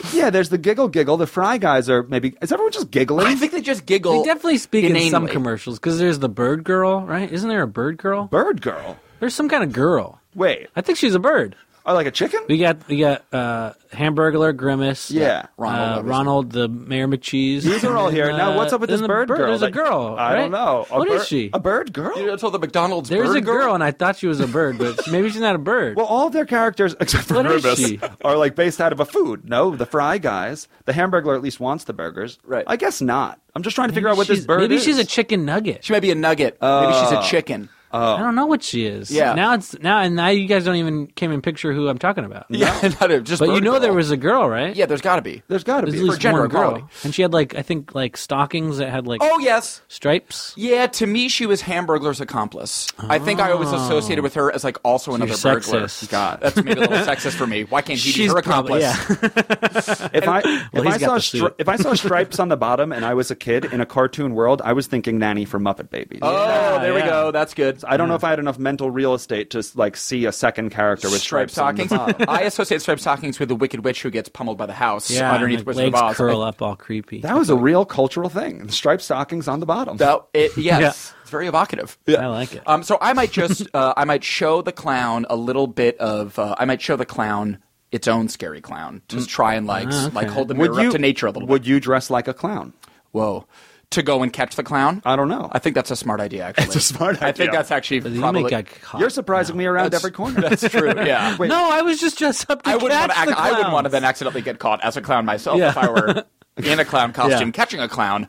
Speaker 3: [laughs] yeah. there's the giggle giggle. The fry guys are maybe is everyone just giggling?
Speaker 2: I think they just giggle.
Speaker 4: They definitely speak in some
Speaker 2: inanely.
Speaker 4: commercials because there's the bird girl, right? Isn't there a bird girl?
Speaker 3: Bird girl.
Speaker 4: There's some kind of girl.
Speaker 3: Wait.
Speaker 4: I think she's a bird.
Speaker 3: Oh, like a chicken?
Speaker 4: We got we got uh, Hamburglar, Grimace.
Speaker 3: Yeah.
Speaker 2: Ronald,
Speaker 4: Ronald, uh,
Speaker 2: obviously.
Speaker 4: Ronald the Mayor McCheese.
Speaker 3: These are all
Speaker 4: And,
Speaker 3: here. now,
Speaker 4: uh,
Speaker 3: what's up with
Speaker 4: then
Speaker 3: this
Speaker 4: the
Speaker 3: bird, girl?
Speaker 4: There's a
Speaker 3: that-
Speaker 4: girl.
Speaker 3: I don't
Speaker 4: right?
Speaker 3: know. A
Speaker 4: What is
Speaker 3: bird-
Speaker 4: she?
Speaker 3: A bird girl?
Speaker 2: You know, so the McDonald's
Speaker 4: There's
Speaker 2: bird
Speaker 4: a girl, and I thought she was a
Speaker 3: [laughs]
Speaker 4: bird, but maybe she's not a bird.
Speaker 3: Well, all their characters [laughs] except for
Speaker 4: What is
Speaker 3: Grimace
Speaker 4: she?
Speaker 3: are like based out of a food. No, the fry guys. The hamburger at least wants the burgers.
Speaker 2: Right.
Speaker 3: I guess not. I'm just trying to figure out what this
Speaker 4: She's-
Speaker 3: bird
Speaker 4: maybe
Speaker 3: is.
Speaker 4: she's a chicken nugget.
Speaker 3: Uh.
Speaker 2: She might be a nugget. Maybe she's a chicken.
Speaker 3: Oh.
Speaker 4: I don't know what she is.
Speaker 2: Yeah.
Speaker 4: Now it's now and now you guys don't even came and picture who I'm talking about.
Speaker 2: Yeah, not a, just
Speaker 4: But you
Speaker 2: bird
Speaker 4: know
Speaker 2: girl.
Speaker 4: there was a girl, right?
Speaker 2: Yeah, there's got to be.
Speaker 3: There's got to
Speaker 4: There's
Speaker 3: be.
Speaker 4: at
Speaker 2: for
Speaker 4: least
Speaker 2: gender
Speaker 4: one
Speaker 2: equality.
Speaker 4: girl, and she had like I think like stockings that had like
Speaker 2: Oh yes.
Speaker 4: stripes.
Speaker 2: Yeah, to me, she was Hamburglar's accomplice. I think I always associated with her as like also another burglar.
Speaker 4: sexist.
Speaker 2: God, that's maybe a little sexist for me. Why can't he be her
Speaker 4: probably-
Speaker 2: accomplice? [laughs]
Speaker 4: yeah.
Speaker 3: If I, if,
Speaker 4: he's
Speaker 3: I
Speaker 4: got
Speaker 3: saw
Speaker 4: the
Speaker 3: stri-
Speaker 4: suit.
Speaker 3: if I
Speaker 4: [laughs]
Speaker 3: saw stripes on the bottom and I was a kid in a cartoon world, I was thinking Nanny from Muppet Babies.
Speaker 2: Oh, there we
Speaker 4: yeah.
Speaker 2: go. That's good.
Speaker 3: I don't know if I had enough mental real estate to like see a second character with
Speaker 2: Striped
Speaker 3: stripes on the
Speaker 2: stockings. [laughs]
Speaker 3: bottom.
Speaker 2: I associate striped stockings with the Wicked Witch who gets pummeled by the house
Speaker 4: yeah.
Speaker 2: underneath
Speaker 4: and, like,
Speaker 2: Wizard
Speaker 4: legs
Speaker 2: of Oz.
Speaker 4: curl up all creepy.
Speaker 3: That was a real cultural thing. Striped stockings on the bottom.
Speaker 2: That- it- yes,
Speaker 4: Yeah.
Speaker 2: it's very evocative.
Speaker 4: I like it.
Speaker 2: Um, so I might just [laughs] uh, I might show the clown a little bit of uh, I might show the clown its own scary clown to try and like s- like hold the mirror up to nature a little
Speaker 3: Mm. Ah, would
Speaker 2: bit.
Speaker 3: you dress like a clown?
Speaker 2: Whoa, to go and catch the clown.
Speaker 3: I don't know.
Speaker 2: I think that's a smart idea.
Speaker 3: [laughs]
Speaker 2: Actually,
Speaker 3: It's Uh, a smart
Speaker 2: I think
Speaker 3: idea.
Speaker 2: that's actually
Speaker 4: But you
Speaker 2: probably.
Speaker 4: make that cock-
Speaker 3: You're surprising me around every
Speaker 2: [laughs]
Speaker 3: corner.
Speaker 2: that's true.
Speaker 4: [laughs]
Speaker 2: Yeah.
Speaker 3: Wait.
Speaker 4: No, I was just dressed up to
Speaker 2: I wouldn't,
Speaker 4: catch
Speaker 2: want to act,
Speaker 4: the
Speaker 2: I wouldn't want to
Speaker 4: clowns.
Speaker 2: then accidentally get caught as a clown myself
Speaker 4: Yeah.
Speaker 2: if I
Speaker 4: [laughs]
Speaker 2: were in a clown costume
Speaker 4: Yeah.
Speaker 2: catching a clown.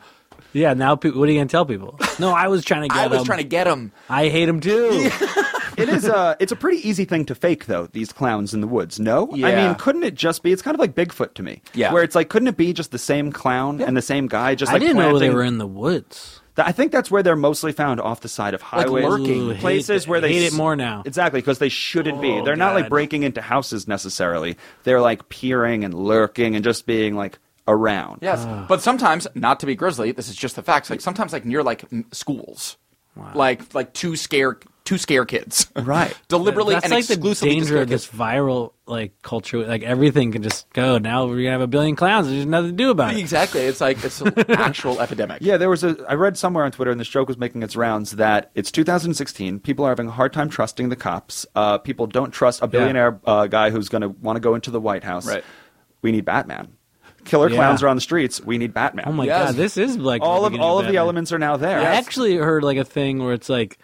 Speaker 4: Yeah, now people, what are you gonna
Speaker 2: [laughs]
Speaker 4: tell people? No, I was trying to get
Speaker 2: I was
Speaker 4: him.
Speaker 2: trying to get him.
Speaker 4: I hate
Speaker 2: [laughs]
Speaker 4: him too.
Speaker 3: it is a it's a pretty easy thing to fake though these clowns in the woods no i
Speaker 2: Yeah.
Speaker 3: mean couldn't it just be it's kind of like bigfoot to me
Speaker 2: Yeah.
Speaker 3: where it's like couldn't it be just the same clown and the same guy just
Speaker 4: I
Speaker 3: like
Speaker 4: didn't know they
Speaker 3: planting-
Speaker 4: were in the woods.
Speaker 3: Th- i think that's where they're mostly found off the side of highways
Speaker 2: lurking.
Speaker 4: Ooh,
Speaker 3: places
Speaker 4: hate,
Speaker 3: where they
Speaker 4: hate
Speaker 3: s-
Speaker 4: it more now.
Speaker 3: exactly because they shouldn't be
Speaker 4: Oh,
Speaker 3: they're not like
Speaker 4: God.
Speaker 3: breaking into houses necessarily they're like peering and lurking and just being like around
Speaker 2: Yes, but sometimes not to be grisly. This is just the facts. Like sometimes, like near like m- schools, like like two scare two scare kids,
Speaker 3: Right.
Speaker 2: [laughs] Deliberately
Speaker 4: That's
Speaker 2: and
Speaker 4: like the
Speaker 2: exclusively to
Speaker 4: danger
Speaker 2: scare
Speaker 4: of this
Speaker 2: kids.
Speaker 4: viral like culture. Like everything can just go. Now we're gonna have a billion clowns. There's nothing to do [laughs] about it.
Speaker 2: Exactly. It's like it's
Speaker 3: [laughs]
Speaker 2: an actual epidemic.
Speaker 3: Yeah, there was a. I read somewhere on Twitter, and this joke was making its rounds that it's 2016. People are having a hard time trusting the cops. Uh, people don't trust a billionaire uh, guy who's going to want to go into the White House.
Speaker 2: Right.
Speaker 3: We need Batman. Killer
Speaker 4: Yeah.
Speaker 3: clowns are on the streets. We need Batman.
Speaker 4: Oh my
Speaker 2: Yes.
Speaker 4: god, this is like
Speaker 3: All of
Speaker 4: beginning
Speaker 3: all of the
Speaker 4: Batman.
Speaker 3: elements are now there.
Speaker 4: I actually heard like a thing where it's like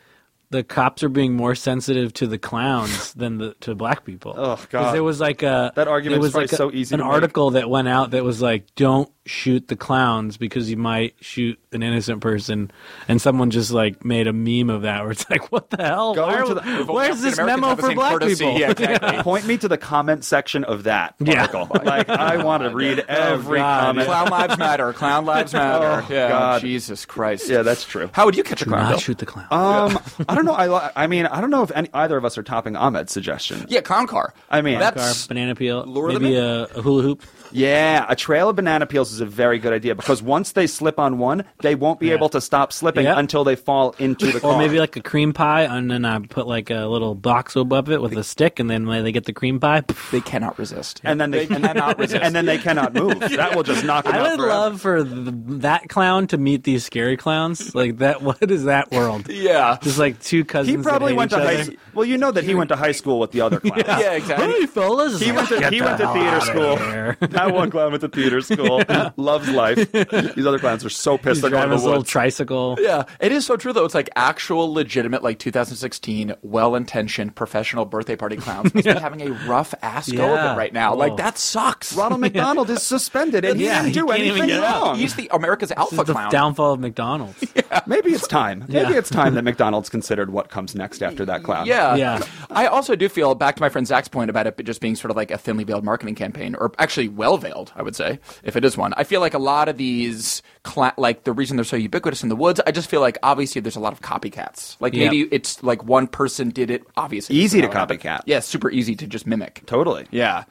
Speaker 4: the cops are being more sensitive to the clowns than the, to black people.
Speaker 3: Oh,
Speaker 4: 'Cause
Speaker 3: God.
Speaker 4: there was like a
Speaker 3: That argument's
Speaker 4: there was
Speaker 3: probably
Speaker 4: like a-
Speaker 3: so easy
Speaker 4: An
Speaker 3: to make.
Speaker 4: article that went out that was like, "Don't shoot the clowns because you might shoot an innocent person," and someone just like made a meme of that where it's like, "What the hell?
Speaker 3: Go
Speaker 4: Why are
Speaker 3: into
Speaker 4: we-
Speaker 3: the-
Speaker 4: where's
Speaker 2: African-Americans
Speaker 4: this memo
Speaker 2: have the
Speaker 4: for
Speaker 2: same
Speaker 4: black
Speaker 2: courtesy.
Speaker 4: people?" [laughs]
Speaker 2: Yeah, exactly.
Speaker 3: [laughs] Point me to the comment section of that
Speaker 4: Yeah. Oh
Speaker 3: article.
Speaker 4: [laughs]
Speaker 3: like I want to read every
Speaker 4: God,
Speaker 3: comment.
Speaker 2: Clown lives matter. Clown
Speaker 3: [laughs]
Speaker 2: lives matter. yeah.
Speaker 3: Oh, God.
Speaker 2: Jesus Christ.
Speaker 3: Yeah, that's true.
Speaker 2: How would you catch a
Speaker 4: Do
Speaker 2: clown? Bill?
Speaker 4: Not shoot the clown.
Speaker 3: Um, I don't know. I li- I mean, I don't know if any, either of us are topping Ahmed's suggestion.
Speaker 2: Yeah, clown car.
Speaker 3: I mean- Clown
Speaker 4: Car,
Speaker 2: that's
Speaker 4: banana peel,
Speaker 2: lure them
Speaker 4: maybe
Speaker 2: in.
Speaker 4: a, a hula hoop.
Speaker 3: Yeah, a trail of banana peels is a very good idea because once they slip on one, they won't be able to stop slipping
Speaker 4: Yep.
Speaker 3: until they fall into the car.
Speaker 4: Or maybe like a cream pie, and then I put like a little box above it with a stick, and then when they get the cream pie, [laughs]
Speaker 2: they cannot resist.
Speaker 3: and then they,
Speaker 2: cannot resist.
Speaker 3: [laughs] and then they cannot
Speaker 4: [laughs]
Speaker 3: move. That will just knock them
Speaker 4: I
Speaker 3: out.
Speaker 4: would
Speaker 3: forever.
Speaker 4: love for th that clown to meet these scary clowns. Like that. [laughs] What is that world?
Speaker 3: [laughs]
Speaker 2: yeah.
Speaker 4: Just like two cousins.
Speaker 3: He
Speaker 4: that
Speaker 3: probably
Speaker 4: hate
Speaker 3: went
Speaker 4: each
Speaker 3: to high.
Speaker 4: other.
Speaker 3: school. Well, you know that he went to high school with the
Speaker 4: [laughs]
Speaker 3: other clown.
Speaker 2: Yeah, exactly.
Speaker 4: Hey, fellas!
Speaker 3: He went
Speaker 4: [laughs]
Speaker 3: to he went to theater school. [laughs] That one clown went to theater
Speaker 4: [laughs]
Speaker 3: school. Loves life. These other clowns are so pissed
Speaker 4: He's
Speaker 3: they're going
Speaker 4: driving
Speaker 3: to
Speaker 4: his
Speaker 3: the
Speaker 4: little
Speaker 3: woods. [laughs]
Speaker 4: tricycle.
Speaker 2: Yeah, it is so true though. It's like actual, legitimate, like 2016, well-intentioned, professional birthday party clowns
Speaker 4: [laughs]
Speaker 2: must be having a rough ass go of
Speaker 4: Yeah.
Speaker 2: it right now. Like
Speaker 4: Oh.
Speaker 2: that sucks.
Speaker 4: [laughs]
Speaker 3: Ronald McDonald is suspended and he
Speaker 4: Yeah,
Speaker 3: didn't
Speaker 4: he
Speaker 3: do
Speaker 4: can't even
Speaker 3: anything
Speaker 4: get up.
Speaker 3: wrong.
Speaker 2: He's the America's
Speaker 4: This
Speaker 2: alpha
Speaker 4: is the
Speaker 2: clown.
Speaker 4: downfall
Speaker 3: [laughs]
Speaker 4: of McDonald's.
Speaker 3: Maybe it's time. Maybe
Speaker 4: Yeah.
Speaker 3: it's time that McDonald's considered what comes next after that clown.
Speaker 2: Yeah.
Speaker 4: Yeah.
Speaker 2: I also do feel back to my friend Zach's point about it just being sort of like a thinly veiled marketing campaign, or actually well veiled, I would say, if it is one. I feel like a lot of these, cla like the reason they're so ubiquitous in the woods, I just feel like obviously there's a lot of copycats. Like
Speaker 4: Yeah.
Speaker 2: maybe it's like one person did it, obviously.
Speaker 3: Easy to
Speaker 2: How it happened.
Speaker 3: copycat.
Speaker 2: Yeah, super easy to just mimic.
Speaker 3: Totally.
Speaker 2: Yeah.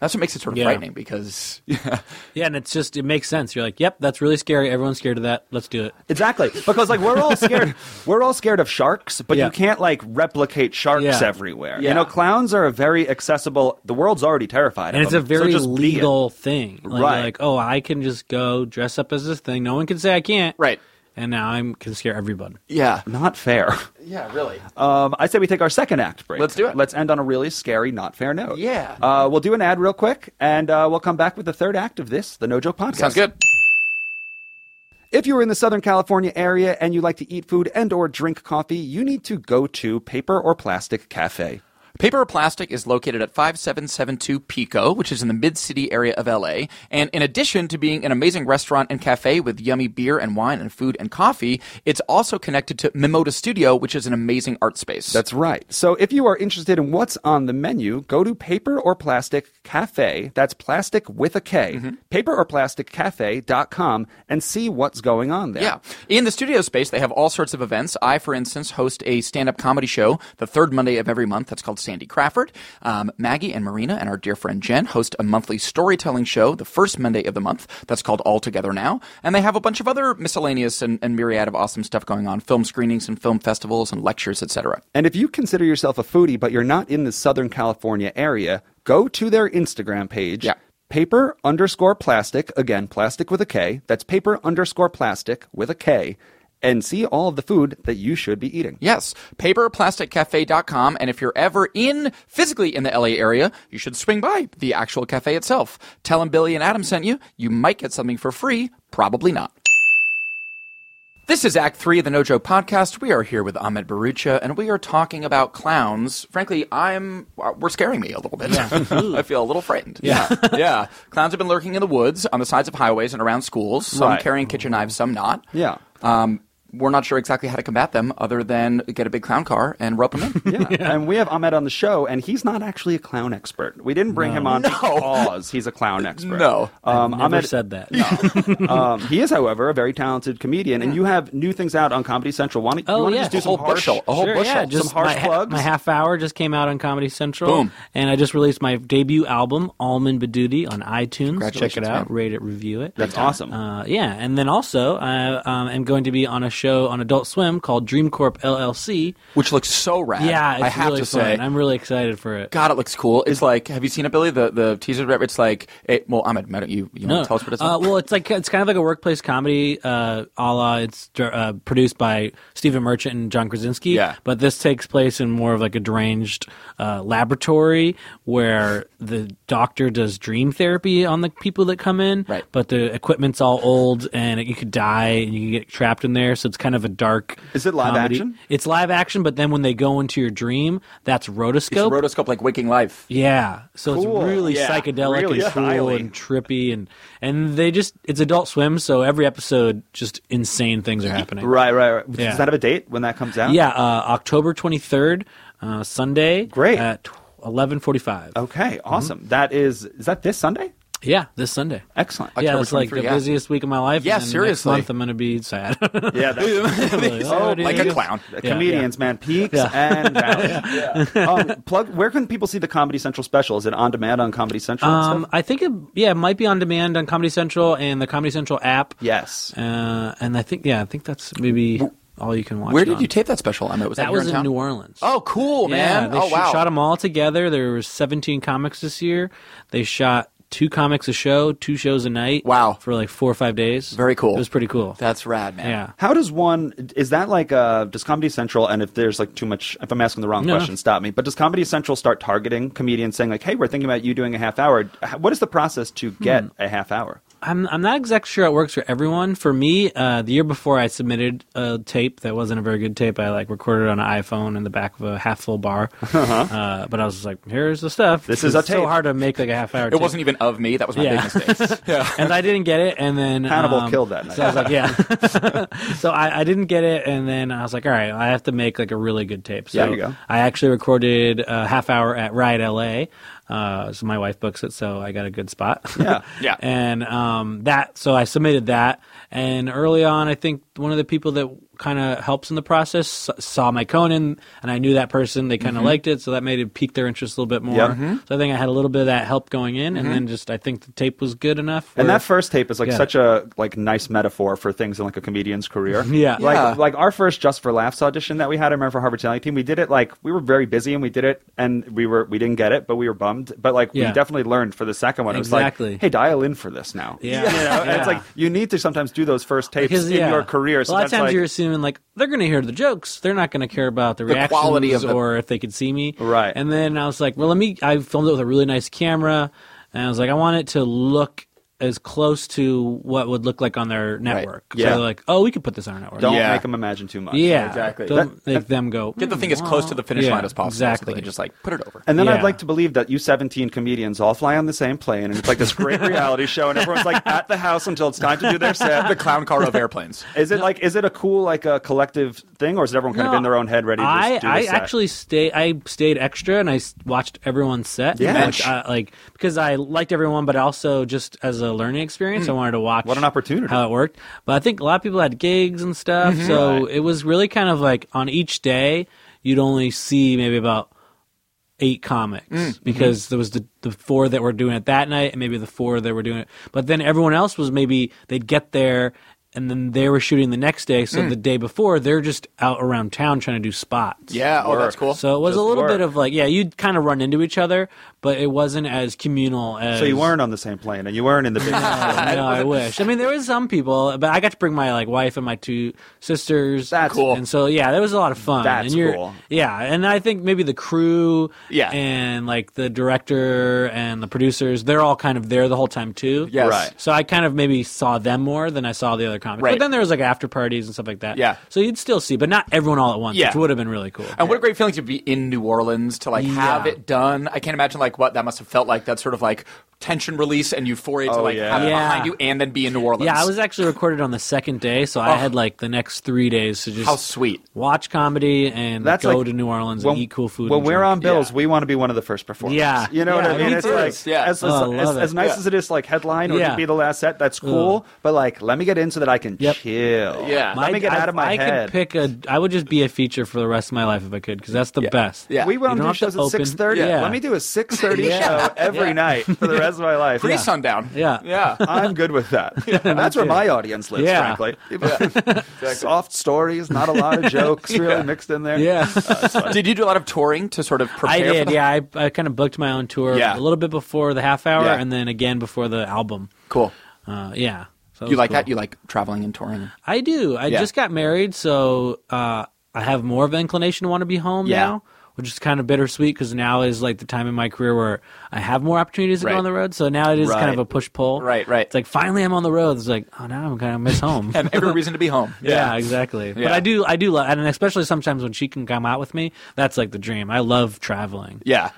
Speaker 2: That's what makes it sort of
Speaker 4: Yeah.
Speaker 2: frightening because yeah,
Speaker 4: Yeah, and it's just it makes sense. You're like, yep, that's really scary. Everyone's scared of that. Let's do it.
Speaker 3: Exactly. Because like we're all scared we're all scared of sharks, but
Speaker 4: Yeah.
Speaker 3: you can't like replicate sharks
Speaker 4: Yeah.
Speaker 3: everywhere.
Speaker 2: Yeah.
Speaker 3: You know, clowns are a very accessible the world's already terrified of
Speaker 4: And it's a
Speaker 3: them, Um, so
Speaker 4: very
Speaker 3: just be it.
Speaker 4: legal thing. Like, you're
Speaker 3: Right.
Speaker 4: Like, oh, I can just go dress up as this thing. No one can say I can't.
Speaker 2: Right.
Speaker 4: And now I am can scare everybody.
Speaker 2: yeah,
Speaker 3: Not fair.
Speaker 2: yeah, really.
Speaker 3: Um, I say we take our second act break.
Speaker 2: Let's do it.
Speaker 3: Let's end on a really scary, not fair note.
Speaker 2: Yeah.
Speaker 3: Uh, we'll do an ad real quick, and uh, we'll come back with the third act of this, the No Joke Podcast.
Speaker 2: Sounds good.
Speaker 3: If you're in the Southern California area and you like to eat food and or drink coffee, you need to go to Paper or Plastic Cafe.
Speaker 2: Paper or Plastic is located at 5772 Pico, which is in the mid city area of LA. And in addition to being an amazing restaurant and cafe with yummy beer and wine and food and coffee, it's also connected to Mimoda Studio, which is an amazing art space.
Speaker 3: That's right. So if you are interested in what's on the menu, go to Paper or Plastic Cafe. That's plastic with a K.
Speaker 2: Mm-hmm.
Speaker 3: Paper or Plastic Cafe.com and see what's going on there.
Speaker 2: Yeah. In the studio space, they have all sorts of events. I, for instance, host a stand up comedy show the third Monday of every month. That's called Sandy Crawford. Um, Maggie and Marina and our dear friend Jen host a monthly storytelling show the first Monday of the month. That's called All Together Now. And they have a bunch of other miscellaneous and, and myriad of awesome stuff going on film screenings and film festivals and lectures, etc.
Speaker 3: And if you consider yourself a foodie but you're not in the Southern California area, go to their Instagram page.
Speaker 2: Yeah.
Speaker 3: Paper underscore plastic, again, plastic with a K. That's paper underscore plastic with a K. And see all of the food that you should be eating.
Speaker 2: Yes, paperplasticcafe.com. And if you're ever in physically in the LA area, you should swing by the actual cafe itself. Tell them Billy and Adam sent you. You might get something for free. Probably not. This is Act 3 of the Nojo podcast. We are here with Ahmed Barucha, and we are talking about clowns. Frankly, I'm uh, we're scaring me a little bit. [laughs] I feel a little frightened. Yeah. [laughs] yeah. Clowns have been lurking in the woods, on the sides of highways and around schools, some
Speaker 3: Right.
Speaker 2: carrying kitchen knives, some not.
Speaker 3: Yeah.
Speaker 2: Um, we're not sure exactly how to combat them other than get a big clown car and rope them
Speaker 4: [laughs]
Speaker 2: in.
Speaker 3: Yeah. [laughs] And we have Ahmed on the show, and he's not actually a clown expert. We didn't bring
Speaker 4: [laughs]
Speaker 3: him on because he's a clown expert.
Speaker 2: No.
Speaker 3: Um,
Speaker 4: Never
Speaker 3: Ahmed, [laughs]
Speaker 4: said that.
Speaker 3: um, he is, however, a very talented comedian, and you have new things out on Comedy Central. Why don't,
Speaker 4: [laughs] Oh,
Speaker 3: you want
Speaker 4: yeah.
Speaker 3: to just do
Speaker 4: A
Speaker 3: some
Speaker 2: whole
Speaker 3: harsh,
Speaker 2: bushel, a whole
Speaker 3: Sure,
Speaker 2: bushel.
Speaker 3: yeah, just some harsh
Speaker 4: my, ha-
Speaker 3: plugs?
Speaker 4: my half hour just came out on Comedy Central.
Speaker 2: Boom.
Speaker 4: And I just released my debut album, Almond Badoody, on iTunes. Check it
Speaker 2: Congratulations,
Speaker 4: out,
Speaker 2: man.
Speaker 4: rate it, review it.
Speaker 3: That's awesome.
Speaker 4: Uh, yeah, and then also I um, am going to be on a show on Adult Swim called Dream Corp LLC.
Speaker 2: Which looks so rad.
Speaker 4: Yeah, it's
Speaker 2: I have
Speaker 4: really
Speaker 2: to
Speaker 4: fun.
Speaker 2: say.
Speaker 4: I'm really excited for it.
Speaker 2: God, it looks cool. It's like, have you seen it, Billy? The the teaser. It's like, it, well, Ahmed, why don't you you want to tell us what it's
Speaker 4: uh,
Speaker 2: like?
Speaker 4: well, it's like it's kind of like a workplace comedy, uh, a la it's dir- uh, produced by Stephen Merchant and John Krasinski.
Speaker 2: Yeah.
Speaker 4: But this takes place in more of like a deranged uh, laboratory where the doctor does dream therapy on the people that come in.
Speaker 2: Right.
Speaker 4: But the equipment's all old, and you could die, and you can get trapped in there. So it's kind of a dark.
Speaker 3: Is it live
Speaker 4: comedy.
Speaker 3: action?
Speaker 4: It's live action, but then when they go into your dream, that's
Speaker 2: It's
Speaker 4: rotoscope.
Speaker 2: rotoscope like Waking Life.
Speaker 4: Yeah, so
Speaker 3: Cool.
Speaker 4: it's really
Speaker 3: Yeah,
Speaker 4: psychedelic
Speaker 3: really
Speaker 4: and cool
Speaker 3: stylish.
Speaker 4: and trippy, and and they just it's Adult Swim, so every episode just insane things are happening.
Speaker 3: Right, right, right. Does
Speaker 4: Yeah.
Speaker 3: that have a date when that comes out?
Speaker 4: Yeah, uh, October twenty third, uh, Sunday.
Speaker 3: Great.
Speaker 4: at eleven forty five.
Speaker 2: Oh.
Speaker 3: Okay,
Speaker 4: Mm-hmm.
Speaker 3: awesome. That is is that this Sunday?
Speaker 4: Yeah, this Sunday.
Speaker 3: Excellent.
Speaker 4: yeah,
Speaker 2: October
Speaker 4: it's like
Speaker 2: 23,
Speaker 4: the
Speaker 2: yeah.
Speaker 4: busiest week of my life.
Speaker 2: Yeah,
Speaker 4: and then Next
Speaker 2: seriously.
Speaker 4: month I'm gonna be sad. [laughs]
Speaker 3: Yeah, that's,
Speaker 2: [laughs]
Speaker 4: oh,
Speaker 2: like a clown.
Speaker 4: Yeah,
Speaker 3: comedians, man, peaks
Speaker 4: [laughs]
Speaker 3: and valleys. Um, plug. Where can people see the Comedy Central special? Is it on demand on Comedy Central? and
Speaker 4: Um,
Speaker 3: stuff?
Speaker 4: I think it, yeah, it might be on demand on Comedy Central and the Comedy Central app.
Speaker 3: yes.
Speaker 4: Uh, and I think yeah, I think that's maybe all you can watch.
Speaker 2: Where
Speaker 4: it
Speaker 2: did
Speaker 4: on.
Speaker 2: you tape that special, Ahmed? Was that,
Speaker 4: That
Speaker 2: here
Speaker 4: was in
Speaker 2: town?
Speaker 4: New Orleans.
Speaker 2: Oh, cool,
Speaker 4: Yeah,
Speaker 2: man.
Speaker 4: they
Speaker 2: oh,
Speaker 4: sh-
Speaker 2: wow.
Speaker 4: shot them all together. There were 17 comics this year. They shot two comics a show, two shows a night.
Speaker 2: Wow.
Speaker 4: For like four or five days.
Speaker 2: Very cool.
Speaker 4: It was pretty cool.
Speaker 2: That's rad, man.
Speaker 4: yeah.
Speaker 3: How does one? Is that like uh, does Comedy Central? And if there's like too much, if I'm asking the wrong
Speaker 4: No.
Speaker 3: question, stop me. But does Comedy Central start targeting comedians saying like, "Hey, we're thinking about you doing a half hour"? H- What is the process to
Speaker 4: Hmm.
Speaker 3: get a half hour?
Speaker 4: I'm, I'm not exactly sure how it works for everyone. For me, uh, the year before I submitted a tape that wasn't a very good tape. I like recorded on an iPhone in the back of a half full bar.
Speaker 2: Uh-huh.
Speaker 4: Uh, but I was just like, here's the stuff.
Speaker 3: This is a
Speaker 4: It's so
Speaker 3: tape.
Speaker 4: hard to make like a half hour
Speaker 2: It wasn't even of me. That was my
Speaker 4: [laughs] Yeah.
Speaker 2: big mistake.
Speaker 4: and I didn't get it. And then
Speaker 3: Hannibal
Speaker 4: um,
Speaker 3: killed that night.
Speaker 4: So I was like, yeah. [laughs] so I, I didn't get it, and then I was like, all right, I have to make like a really good tape. So
Speaker 3: There you go.
Speaker 4: I actually recorded a half hour at Riot LA. Uh, so my wife books it, so I got a good spot. [laughs]
Speaker 3: Yeah.
Speaker 2: Yeah.
Speaker 4: And um, that, so I submitted that, and early on, I think one of the people that kind of helps in the process s- saw my Conan, and I knew that person. They
Speaker 3: Mm-hmm.
Speaker 4: kind of liked it, so that made it pique their interest a little bit more.
Speaker 3: Yeah. Mhm.
Speaker 4: So I think I had a little bit of that help going in, and then just I think the tape was good enough.
Speaker 3: Mm-hmm. And
Speaker 4: where-
Speaker 3: that first tape is like
Speaker 4: Yeah.
Speaker 3: such a like nice metaphor for things in like a comedian's career.
Speaker 4: [laughs] Yeah.
Speaker 3: Like
Speaker 2: Yeah.
Speaker 3: like our first Just for Laughs audition that we had, I remember for Harvard Talent Team, we did it like we were very busy and we did it and we were we didn't get it, but we were bummed. But like we
Speaker 4: Yeah.
Speaker 3: definitely learned for the second one. It was
Speaker 4: Exactly.
Speaker 3: like, hey, dial in for this now.
Speaker 4: Yeah.
Speaker 3: You know? [laughs] And it's
Speaker 4: Yeah.
Speaker 3: like you need to sometimes do those first tapes
Speaker 4: because
Speaker 3: in
Speaker 4: yeah.
Speaker 3: your career.
Speaker 4: a lot
Speaker 3: that's
Speaker 4: of times
Speaker 3: like,
Speaker 4: you're assuming like they're going to hear the jokes, they're not going to care about the, reactions
Speaker 2: quality of the-
Speaker 4: or if they could see me,
Speaker 3: Right.
Speaker 4: And then I was like, well, let me. I filmed it with a really nice camera, and I was like, I want it to look as close to what would look like on their network. So
Speaker 3: Yeah.
Speaker 4: they're like, oh, we could put this on our network.
Speaker 3: Don't
Speaker 2: Yeah.
Speaker 3: make them imagine too much.
Speaker 4: yeah,
Speaker 2: Exactly.
Speaker 4: Don't make them go.
Speaker 2: Get the
Speaker 4: "Mm,
Speaker 2: thing as close to the finish
Speaker 4: Yeah,
Speaker 2: line as possible. So
Speaker 4: Exactly.
Speaker 2: they can just like put it [laughs] over.
Speaker 3: And then I'd
Speaker 4: Yeah.
Speaker 3: like to believe that you 17 comedians all fly on the same plane, and it's like this great [laughs] reality show, and everyone's like at the house until it's time to do their set.
Speaker 2: the clown car of airplanes.
Speaker 3: Is it like is it a cool like a collective thing, or is everyone kind of
Speaker 4: No,
Speaker 3: in their own head ready to
Speaker 4: I
Speaker 3: just do
Speaker 4: I
Speaker 3: this set?
Speaker 4: actually stay. I stayed extra and I s- watched everyone's set.
Speaker 3: Yeah.
Speaker 4: Like, I, like because I liked everyone, but also just as a learning experience, I wanted to watch
Speaker 3: Hmm. What an opportunity.
Speaker 4: how it worked. But I think a lot of people had gigs and stuff,
Speaker 3: Mm-hmm.
Speaker 4: so it was really kind of like on each day you'd only see maybe about eight comics
Speaker 3: Mm, mm-hmm.
Speaker 4: because there was the, the four that were doing it that night and maybe the four that were doing it but then everyone else was maybe they'd get there and then they were shooting the next day
Speaker 3: Mm.
Speaker 4: so the day before they're just out around town trying to do spots
Speaker 2: Yeah. Oh, that's cool.
Speaker 4: so it was a
Speaker 3: Just
Speaker 4: little
Speaker 3: work.
Speaker 4: bit of like yeah you'd kind of run into each other but it wasn't as communal as
Speaker 3: so you weren't on the same plane, and you weren't in the big.
Speaker 4: no,
Speaker 2: [laughs]
Speaker 4: I wish. I mean, there was some people, but I got to bring my like wife and my two sisters.
Speaker 3: That's cool.
Speaker 4: And so yeah, that was a lot of fun.
Speaker 3: That's
Speaker 4: and you're,
Speaker 3: cool.
Speaker 4: Yeah, and I think maybe the crew,
Speaker 2: Yeah.
Speaker 4: and like the director and the producers, they're all kind of there the whole time too.
Speaker 2: Yes.
Speaker 3: Right.
Speaker 4: So I kind of maybe saw them more than I saw the other comics.
Speaker 2: Right.
Speaker 4: But then there was like after parties and stuff like that.
Speaker 2: Yeah.
Speaker 4: So you'd still see, but not everyone all at once,
Speaker 2: Yeah.
Speaker 4: which would have been really cool.
Speaker 2: And what a great feeling to be in New Orleans to like have
Speaker 4: Yeah.
Speaker 2: it done. I can't imagine like what that must have felt like. That sort of like tension release and euphoria to
Speaker 3: Oh,
Speaker 2: like
Speaker 3: yeah.
Speaker 2: have it
Speaker 4: Yeah.
Speaker 2: behind you and then be in New Orleans.
Speaker 4: Yeah, I was actually recorded on the second day, so I had like the next three days to just
Speaker 2: Oh. How sweet.
Speaker 4: watch comedy and
Speaker 3: That's
Speaker 4: go
Speaker 3: like
Speaker 4: to New Orleans
Speaker 3: when,
Speaker 4: and eat cool food.
Speaker 3: When
Speaker 4: and
Speaker 3: we're
Speaker 4: drink.
Speaker 3: on bills,
Speaker 2: Yeah.
Speaker 3: we want to be one of the first performers.
Speaker 4: Yeah.
Speaker 3: you know
Speaker 4: Yeah,
Speaker 3: what I mean.
Speaker 4: me
Speaker 3: It's
Speaker 4: too.
Speaker 3: like
Speaker 2: Yeah.
Speaker 3: as,
Speaker 4: Oh, I
Speaker 3: as,
Speaker 4: love
Speaker 3: as
Speaker 4: it.
Speaker 3: nice
Speaker 2: Yeah.
Speaker 3: as it is, to, like headline or
Speaker 4: Yeah.
Speaker 3: to be the last set. That's cool, but like let me get in so that I can
Speaker 4: Yep.
Speaker 3: chill.
Speaker 2: Yeah.
Speaker 3: let me get
Speaker 4: I,
Speaker 3: out of my
Speaker 4: I
Speaker 3: head.
Speaker 4: could pick a. I would just be a feature for the rest of my life if I could, because that's the best.
Speaker 2: Yeah.
Speaker 3: We
Speaker 2: You
Speaker 3: want
Speaker 4: don't
Speaker 3: to do
Speaker 4: have to
Speaker 3: shows at
Speaker 4: open-
Speaker 3: six thirty.
Speaker 4: Yeah.
Speaker 3: Let me do a six thirty
Speaker 4: Yeah.
Speaker 3: show every night for the rest of my life.
Speaker 2: Pre sundown.
Speaker 4: Yeah.
Speaker 2: Yeah.
Speaker 3: [laughs] I'm good with
Speaker 4: [laughs]
Speaker 3: that. That's where my audience lives,
Speaker 4: Yeah.
Speaker 3: frankly. Soft stories, not a lot of
Speaker 4: [laughs]
Speaker 3: jokes really mixed in there.
Speaker 4: [laughs] Yeah.
Speaker 3: Uh,
Speaker 2: did you do a lot of touring to sort of prepare
Speaker 4: I
Speaker 2: for
Speaker 4: did.
Speaker 2: the-
Speaker 4: Yeah, I, I kind of booked my own tour
Speaker 2: Yeah.
Speaker 4: a little bit before the half hour,
Speaker 3: Yeah.
Speaker 4: and then again before the album.
Speaker 2: Cool.
Speaker 4: Uh, yeah. So it
Speaker 2: You
Speaker 4: was
Speaker 2: like
Speaker 4: cool.
Speaker 2: that? You like traveling and
Speaker 4: [laughs]
Speaker 2: touring?
Speaker 4: I do. I
Speaker 2: Yeah.
Speaker 4: just got married, so uh, I have more of an inclination to want to be home
Speaker 2: Yeah.
Speaker 4: now, which is kind of bittersweet because now is like the time in my career where I have more opportunities to
Speaker 2: Right.
Speaker 4: go on the road. So now it is kind
Speaker 3: Right.
Speaker 4: of a push pull.
Speaker 2: Right, right.
Speaker 4: It's like finally I'm on the road. It's like oh now I'm gonna miss home.
Speaker 2: [laughs] And every reason to be home.
Speaker 4: Yeah, exactly. But
Speaker 2: Yeah.
Speaker 4: I do, I do love, and especially sometimes when she can come out with me, that's like the dream. I love traveling.
Speaker 2: Yeah.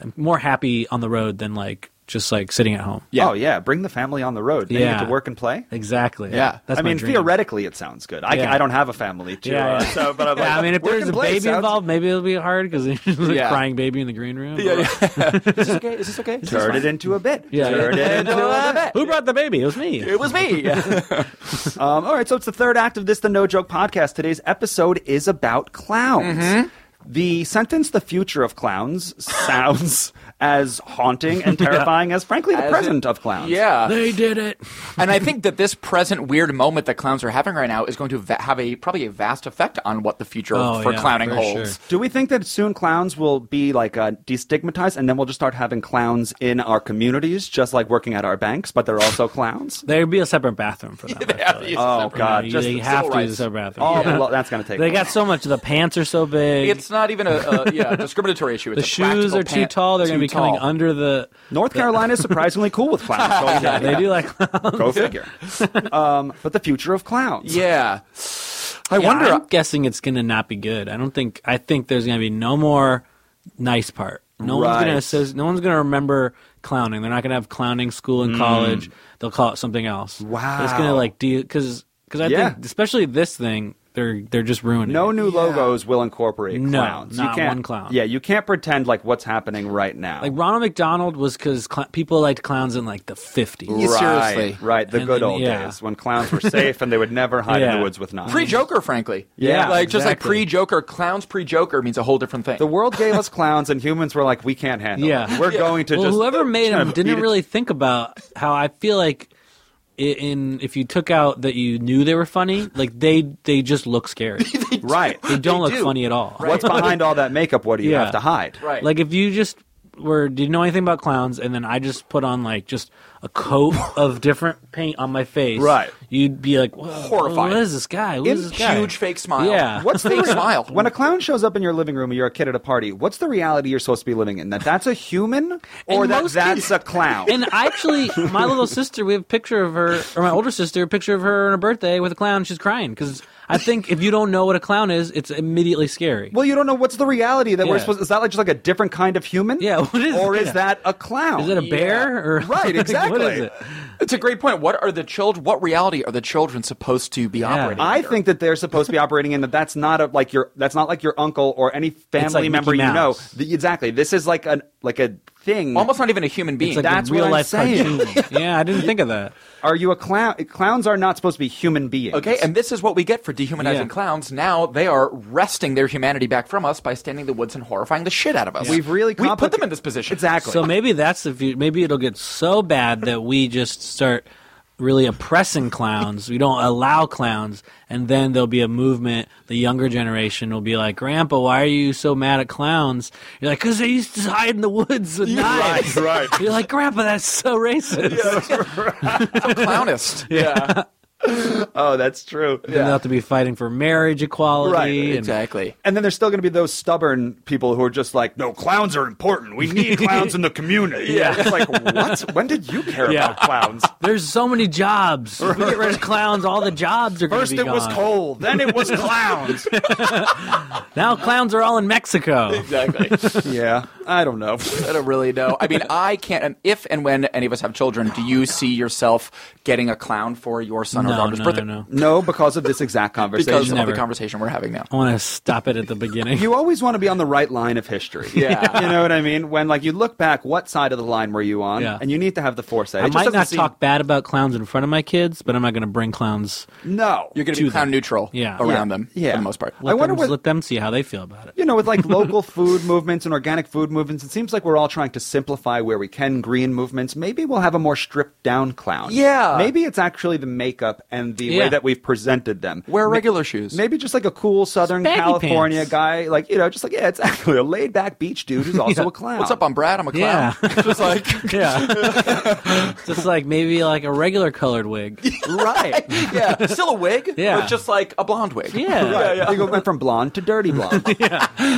Speaker 4: I'm more happy on the road than like just like sitting at home.
Speaker 2: Yeah.
Speaker 3: Oh yeah, bring the family on the road. They
Speaker 4: Yeah.
Speaker 3: get to work and play.
Speaker 4: Exactly.
Speaker 2: Yeah.
Speaker 4: that's
Speaker 3: I
Speaker 4: my
Speaker 3: mean,
Speaker 4: dream.
Speaker 3: theoretically, it sounds good. I,
Speaker 4: Yeah.
Speaker 3: I don't have a family, too.
Speaker 4: Yeah,
Speaker 3: uh,
Speaker 4: yeah.
Speaker 3: so, but I'm like,
Speaker 4: [laughs] Yeah, I mean, if
Speaker 3: work
Speaker 4: there's
Speaker 3: and
Speaker 4: a
Speaker 3: play
Speaker 4: baby
Speaker 3: sounds-
Speaker 4: involved, maybe it'll be hard because there's a
Speaker 2: Yeah.
Speaker 4: crying baby in the green room.
Speaker 2: Yeah, yeah. [laughs] is this okay? Is this okay? Is this
Speaker 3: turn
Speaker 2: fine?
Speaker 3: it into a bit.
Speaker 4: Yeah. [laughs]
Speaker 3: turn it into a bit.
Speaker 4: Who brought the baby? It was me.
Speaker 2: It was
Speaker 4: [laughs]
Speaker 2: me.
Speaker 3: Um, all right, so it's the third act of this, the No Joke podcast. Today's episode is about clowns.
Speaker 4: Mm-hmm.
Speaker 3: The sentence, the future of clowns,
Speaker 4: [laughs]
Speaker 3: sounds as haunting and terrifying as, frankly, the
Speaker 2: As it-
Speaker 3: present of clowns.
Speaker 2: yeah.
Speaker 4: They did it.
Speaker 2: and I think that this present weird moment that clowns are having right now is going to va- have a probably a vast effect on what the future
Speaker 4: Oh,
Speaker 2: for
Speaker 4: yeah,
Speaker 2: clowning
Speaker 4: for
Speaker 2: holds.
Speaker 4: sure.
Speaker 3: Do we think that soon clowns will be like uh, destigmatized and then we'll just start having clowns in our communities, just like working at our banks, but they're also clowns?
Speaker 4: There'd be a separate bathroom
Speaker 2: [laughs]
Speaker 4: for them. I feel like.
Speaker 3: Oh, God.
Speaker 4: You-
Speaker 3: just
Speaker 4: they
Speaker 3: the
Speaker 4: have
Speaker 2: civil
Speaker 4: to
Speaker 2: rights.
Speaker 4: use a separate bathroom.
Speaker 3: Oh,
Speaker 4: [laughs] Yeah.
Speaker 3: well, that's going to take
Speaker 4: They got so much. The pants are so big.
Speaker 2: It's not even a, a yeah discriminatory
Speaker 4: [laughs]
Speaker 2: issue. It's
Speaker 4: the
Speaker 2: a
Speaker 4: shoes
Speaker 2: practical
Speaker 4: are too
Speaker 2: pant-
Speaker 4: tall. They're going
Speaker 2: too
Speaker 4: to be coming
Speaker 2: tall.
Speaker 4: under the.
Speaker 3: North Carolina is surprisingly cool with
Speaker 4: [laughs]
Speaker 3: clowns. Go,
Speaker 4: Yeah, they do like.
Speaker 3: go
Speaker 4: [laughs]
Speaker 3: figure. Um, but the future of clowns.
Speaker 2: Yeah, I
Speaker 4: Yeah,
Speaker 2: wonder.
Speaker 4: I'm guessing it's going to not be good. I don't think. I think there's going to be no more nice part. No one's
Speaker 3: Right.
Speaker 4: going to. Associ- no one's going to remember clowning. They're not going to have clowning school in college. They'll call it something else.
Speaker 3: Mm. Wow.
Speaker 4: It's going to like do because because I
Speaker 3: Yeah.
Speaker 4: think especially this thing they're they're just ruining.
Speaker 3: No
Speaker 4: it.
Speaker 3: new logos will incorporate
Speaker 4: No,
Speaker 3: clowns. you
Speaker 4: not
Speaker 3: can't,
Speaker 4: one clown.
Speaker 3: Yeah, you can't pretend like what's happening right now.
Speaker 4: Like Ronald McDonald was because cl- people liked clowns in like the 50s.
Speaker 2: Yeah.
Speaker 3: right,
Speaker 2: Seriously.
Speaker 3: right? The
Speaker 4: And
Speaker 3: good
Speaker 4: then-
Speaker 3: old
Speaker 4: yeah.
Speaker 3: days when clowns were safe and they would
Speaker 4: [laughs]
Speaker 3: never hide in
Speaker 4: Yeah.
Speaker 3: the woods with knives.
Speaker 2: Pre Joker, uh, frankly.
Speaker 4: Yeah,
Speaker 2: like just like
Speaker 4: exactly.
Speaker 2: pre Joker, clowns pre Joker means a whole different thing.
Speaker 3: the world gave us clowns, and humans were like, we can't handle. it.
Speaker 4: Yeah.
Speaker 3: we're going to
Speaker 4: well,
Speaker 3: just
Speaker 4: whoever made
Speaker 3: Kind
Speaker 4: them
Speaker 3: of beat
Speaker 4: didn't
Speaker 3: it.
Speaker 4: really think about how I feel like i- in if you took out that you knew they were funny, like they they just look
Speaker 3: [laughs]
Speaker 4: scary. [laughs] they
Speaker 3: [laughs] right.
Speaker 4: don't
Speaker 2: They
Speaker 4: look
Speaker 2: do.
Speaker 4: funny at all.
Speaker 3: What's behind all that makeup? What do you
Speaker 4: Yeah.
Speaker 3: have to hide?
Speaker 2: Right.
Speaker 4: Like if you just were didn't know anything about clowns, and then I just put on like just
Speaker 3: [laughs]
Speaker 4: a coat of different paint on my face.
Speaker 3: Right.
Speaker 4: You'd be like "Whoa,
Speaker 2: Horrified.
Speaker 4: What is this guy? What
Speaker 3: In
Speaker 4: is this guy?
Speaker 2: Huge fake smile. [laughs]
Speaker 4: Yeah.
Speaker 2: What's
Speaker 4: [laughs]
Speaker 2: fake smile?
Speaker 3: When a clown shows up in your living room, or you're a kid at a party. What's the reality you're supposed to be living in? That that's a human, or
Speaker 4: And
Speaker 3: that
Speaker 4: most
Speaker 3: that's a clown.
Speaker 4: [laughs] And I actually, my little sister, we have a picture of her, or my older sister, a picture of her on her birthday with a clown. She's crying because I think if you don't know what a clown is, it's immediately scary.
Speaker 3: well, you don't know what's the reality that we're
Speaker 4: Yeah.
Speaker 3: supposed. Is that like just like a different kind of human?
Speaker 4: Yeah, [laughs] what is-
Speaker 3: or is
Speaker 4: yeah.
Speaker 3: that a clown?
Speaker 4: Is it a bear? Or [laughs]
Speaker 3: Right, exactly.
Speaker 4: what is it?
Speaker 2: It's a great point. What are the children? What reality are the children supposed to be operating?
Speaker 3: [laughs] I
Speaker 2: under?
Speaker 3: think that they're supposed to be operating in that. That's not a, like your. That's not like your uncle or any family
Speaker 4: like
Speaker 3: member
Speaker 4: Mickey
Speaker 3: you know.
Speaker 4: Mouse.
Speaker 3: The- exactly. This is like a like a thing.
Speaker 2: almost not even a human being.
Speaker 4: It's like
Speaker 3: That's
Speaker 4: a
Speaker 3: what
Speaker 4: real
Speaker 3: I'm
Speaker 4: life
Speaker 3: saying.
Speaker 4: cartoon. yeah, I didn't think of that.
Speaker 3: Are you a clown? Clowns are not supposed to be human beings.
Speaker 2: Okay, and this is what we get for dehumanizing
Speaker 4: Yeah.
Speaker 2: clowns. Now they are wresting their humanity back from us by standing in the woods and horrifying the shit out of us.
Speaker 3: We've really
Speaker 2: we put them
Speaker 3: complica-
Speaker 2: in this position.
Speaker 3: Exactly.
Speaker 4: So maybe that's the view. Maybe it'll get so bad that we just start really oppressing clowns. We don't allow clowns, and then there'll be a movement. The younger generation will be like, "Grandpa, why are you so mad at clowns?" You're like, "Cause they used to hide in the woods with knives."
Speaker 3: right.
Speaker 4: [laughs] You're like, "Grandpa, that's so racist."
Speaker 3: [laughs]
Speaker 2: Clownist.
Speaker 3: Yeah. oh, that's true.
Speaker 4: Then they'll have to be fighting for marriage equality.
Speaker 3: Right,
Speaker 4: and-
Speaker 2: Exactly.
Speaker 3: And then there's still going to be those stubborn people who are just like, no, clowns are important. We need clowns in the
Speaker 4: [laughs]
Speaker 3: community. Yeah. It's like, what? When did you care
Speaker 4: Yeah.
Speaker 3: about clowns?
Speaker 4: There's so many jobs. If we get rid of clowns, all the jobs are going
Speaker 3: First
Speaker 4: to be
Speaker 3: it was
Speaker 4: gone.
Speaker 3: coal, then it [laughs] was clowns.
Speaker 4: Now clowns are all in Mexico.
Speaker 2: Exactly.
Speaker 3: yeah, I don't know.
Speaker 2: I don't really know. I mean, I can't. and If and when any of us have children, do you see yourself getting a clown for your son or
Speaker 4: No,
Speaker 2: daughter's
Speaker 4: no,
Speaker 2: birthday?
Speaker 4: no, no.
Speaker 3: No, because of this exact conversation.
Speaker 2: Because of
Speaker 4: Never.
Speaker 2: the conversation we're having now.
Speaker 4: I want to stop it at the
Speaker 3: [laughs]
Speaker 4: beginning.
Speaker 3: you always want to be on the right line of history.
Speaker 2: Yeah.
Speaker 3: you know what I mean? When like you look back, what side of the line were you on?
Speaker 4: Yeah.
Speaker 3: And you need to have the foresight.
Speaker 4: I
Speaker 3: It just
Speaker 4: might
Speaker 3: doesn't
Speaker 4: not
Speaker 3: seem-
Speaker 4: talk bad about clowns in front of my kids, but I'm not going to bring clowns.
Speaker 3: No.
Speaker 2: You're going to be
Speaker 4: To
Speaker 2: clown
Speaker 4: them.
Speaker 2: neutral
Speaker 4: Yeah.
Speaker 2: around
Speaker 3: Yeah.
Speaker 2: them
Speaker 3: Yeah.
Speaker 2: for the most part.
Speaker 4: Let,
Speaker 3: I wonder
Speaker 4: them,
Speaker 3: what-
Speaker 4: let them see how they feel
Speaker 3: [laughs]
Speaker 4: about it.
Speaker 3: you know, with like local food movements and organic food movements, it seems like we're all trying to simplify where we can green movements. Maybe we'll have a more stripped down clown.
Speaker 2: Yeah.
Speaker 3: Maybe it's actually the makeup and the way
Speaker 4: Yeah.
Speaker 3: that we've presented them.
Speaker 2: Wear
Speaker 3: Ma-
Speaker 2: regular shoes.
Speaker 3: Maybe just like a cool Southern
Speaker 4: Baggy
Speaker 3: California
Speaker 4: pants.
Speaker 3: guy, like, you know, just like, yeah, it's actually a laid back beach
Speaker 2: [laughs]
Speaker 3: dude who's also a clown.
Speaker 2: What's up? I'm Brad. I'm a clown. [laughs]
Speaker 4: Yeah.
Speaker 2: Just like
Speaker 4: Yeah. [laughs] Just like maybe like a regular
Speaker 3: [laughs]
Speaker 4: colored wig.
Speaker 3: [laughs] Right.
Speaker 2: [laughs] yeah, still a wig,
Speaker 4: Yeah.
Speaker 2: but just like a blonde wig.
Speaker 4: Yeah.
Speaker 3: Right. You go went from blonde to dirty blonde.
Speaker 2: [laughs]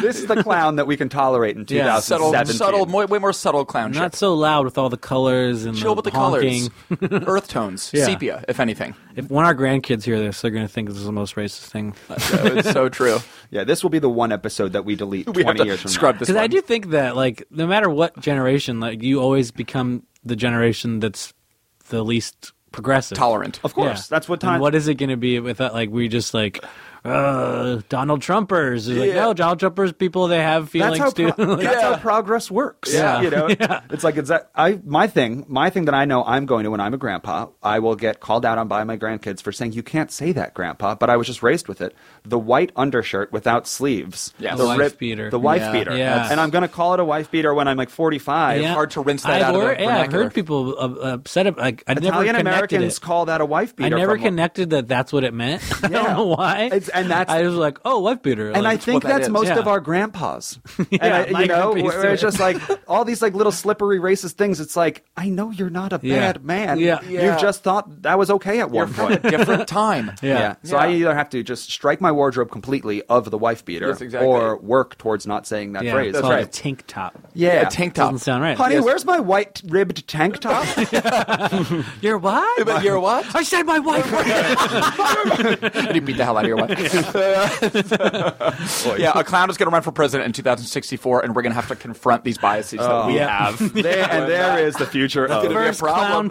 Speaker 3: This is the clown that we can tolerate in
Speaker 4: Yeah.
Speaker 3: 2017.
Speaker 2: subtle, subtle, mo- way more subtle clown
Speaker 4: Not
Speaker 2: shit.
Speaker 4: so loud with all the colors and
Speaker 2: Chill
Speaker 4: the
Speaker 2: with the
Speaker 4: honking. [laughs]
Speaker 2: colors, earth tones,
Speaker 4: Yeah.
Speaker 2: sepia, if anything.
Speaker 4: If when our grandkids hear this, they're going to think this is the most racist thing.
Speaker 2: So it's so
Speaker 4: [laughs]
Speaker 2: true.
Speaker 3: Yeah, this will be the one episode that we
Speaker 2: [laughs]
Speaker 3: delete
Speaker 2: We
Speaker 3: 20
Speaker 2: have to
Speaker 3: years from
Speaker 2: scrub
Speaker 3: now.
Speaker 2: this.
Speaker 4: Because I
Speaker 2: one.
Speaker 4: do think that like no matter what generation, like you always become the generation that's the least
Speaker 2: [laughs]
Speaker 4: progressive.
Speaker 2: tolerant.
Speaker 3: Of course.
Speaker 4: Yeah.
Speaker 3: That's what
Speaker 4: And
Speaker 3: time.
Speaker 4: what is it going to be with that? Like we just like uh, Donald Trumpers. It's Like no, Donald Trumpers people they have feelings
Speaker 3: that's how
Speaker 4: too.
Speaker 3: pro-
Speaker 4: [laughs] Like,
Speaker 3: that's how progress works.
Speaker 4: [laughs] Yeah.
Speaker 3: you know, it's like it's that I my thing my thing that I know I'm going to when I'm a grandpa. I will get called out on by my grandkids for saying you can't say that, grandpa. But I was just raised with it. The white undershirt without sleeves.
Speaker 2: Yes.
Speaker 4: The
Speaker 3: the
Speaker 4: wife
Speaker 3: rib-
Speaker 4: beater.
Speaker 3: The wife
Speaker 2: Yeah.
Speaker 3: beater.
Speaker 4: Yeah.
Speaker 3: And I'm going to call it a wife beater when I'm like 45.
Speaker 4: yeah.
Speaker 2: hard to rinse that
Speaker 4: I've
Speaker 2: out of the
Speaker 4: heard- yeah, I've
Speaker 2: vernacular.
Speaker 4: heard people uh, upset. ab- Like I never
Speaker 3: Italian
Speaker 4: connected
Speaker 3: Americans
Speaker 4: it.
Speaker 3: call that a wife
Speaker 4: I
Speaker 3: beater.
Speaker 4: never
Speaker 3: from-
Speaker 4: connected that. That's what it meant. [laughs]
Speaker 3: Yeah.
Speaker 4: I don't know why.
Speaker 3: It's- and that's-
Speaker 4: I was like, oh, wife beater.
Speaker 3: and I
Speaker 4: Like,
Speaker 3: think
Speaker 2: what that
Speaker 3: that's
Speaker 2: is.
Speaker 3: most
Speaker 4: Yeah.
Speaker 3: of our
Speaker 2: [laughs]
Speaker 3: grandpas. and
Speaker 4: Yeah,
Speaker 3: I,
Speaker 4: my
Speaker 3: you know,
Speaker 4: grandpa's
Speaker 3: where
Speaker 4: too.
Speaker 3: it's just like all these like little slippery racist things. It's like I know you're not a
Speaker 4: Yeah.
Speaker 3: bad man.
Speaker 4: Yeah.
Speaker 2: Yeah.
Speaker 3: you just thought that was okay at
Speaker 2: You're
Speaker 3: one
Speaker 2: from a [laughs]
Speaker 3: point.
Speaker 2: different time.
Speaker 4: [laughs] Yeah.
Speaker 3: So I either have to just strike my wardrobe completely of the wife beater,
Speaker 2: Yes, exactly.
Speaker 3: or work towards not saying that
Speaker 4: yeah,
Speaker 3: phrase.
Speaker 4: it's
Speaker 2: That's
Speaker 4: called a
Speaker 2: right.
Speaker 4: tank top.
Speaker 3: Yeah.
Speaker 2: A tank top.
Speaker 4: Doesn't sound right.
Speaker 3: Honey,
Speaker 2: Yes.
Speaker 3: where's my white ribbed
Speaker 2: [laughs]
Speaker 3: tank top?
Speaker 4: You're what?
Speaker 2: But you're
Speaker 4: [laughs]
Speaker 2: what?
Speaker 4: I said
Speaker 3: [laughs]
Speaker 4: my wife.
Speaker 2: and you beat the hell out of your [laughs] wife. yeah, a clown is going to run for president in 2064, and we're going to have to confront these biases that we
Speaker 4: Oh, Yeah.
Speaker 2: have.
Speaker 3: there, and there is the future
Speaker 2: gonna be
Speaker 3: of.
Speaker 2: a
Speaker 4: [laughs] First
Speaker 2: problem.
Speaker 4: clown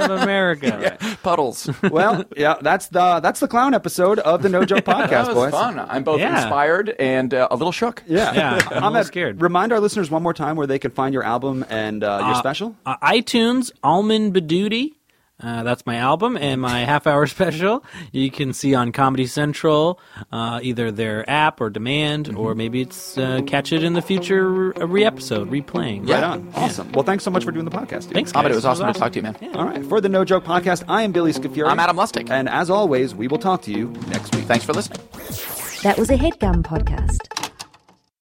Speaker 3: [laughs]
Speaker 4: of America.
Speaker 2: [laughs] Puddles.
Speaker 3: Well, yeah, that's the that's the clown episode of the No Joke
Speaker 2: [laughs]
Speaker 3: Podcast,
Speaker 2: That was
Speaker 3: boys.
Speaker 2: fun. I'm both
Speaker 4: Yeah.
Speaker 2: inspired and uh, a little shook.
Speaker 3: Yeah, [laughs]
Speaker 4: Yeah, I'm a little
Speaker 3: Ahmed,
Speaker 4: scared.
Speaker 3: Remind our listeners one more time where they can find your album and uh, your
Speaker 4: Uh,
Speaker 3: special.
Speaker 4: uh, iTunes, Almond Badooty. Uh, that's my album and my [laughs] half hour special. You can see on Comedy Central, uh, either their app or demand, or
Speaker 2: Mm-hmm.
Speaker 4: maybe it's uh, catch it in the future a re episode, replaying.
Speaker 2: Yeah.
Speaker 3: Right on. Awesome. Well, thanks so much for doing the podcast. dude.
Speaker 4: Thanks, guys.
Speaker 2: Ahmed, it was awesome to talk to you, man.
Speaker 3: All right. For the No Joke Podcast, I am Billy Scafuri.
Speaker 2: I'm Adam Lustig.
Speaker 3: And as always, we will talk to you next week.
Speaker 2: Thanks for listening.
Speaker 1: That was a headgum podcast.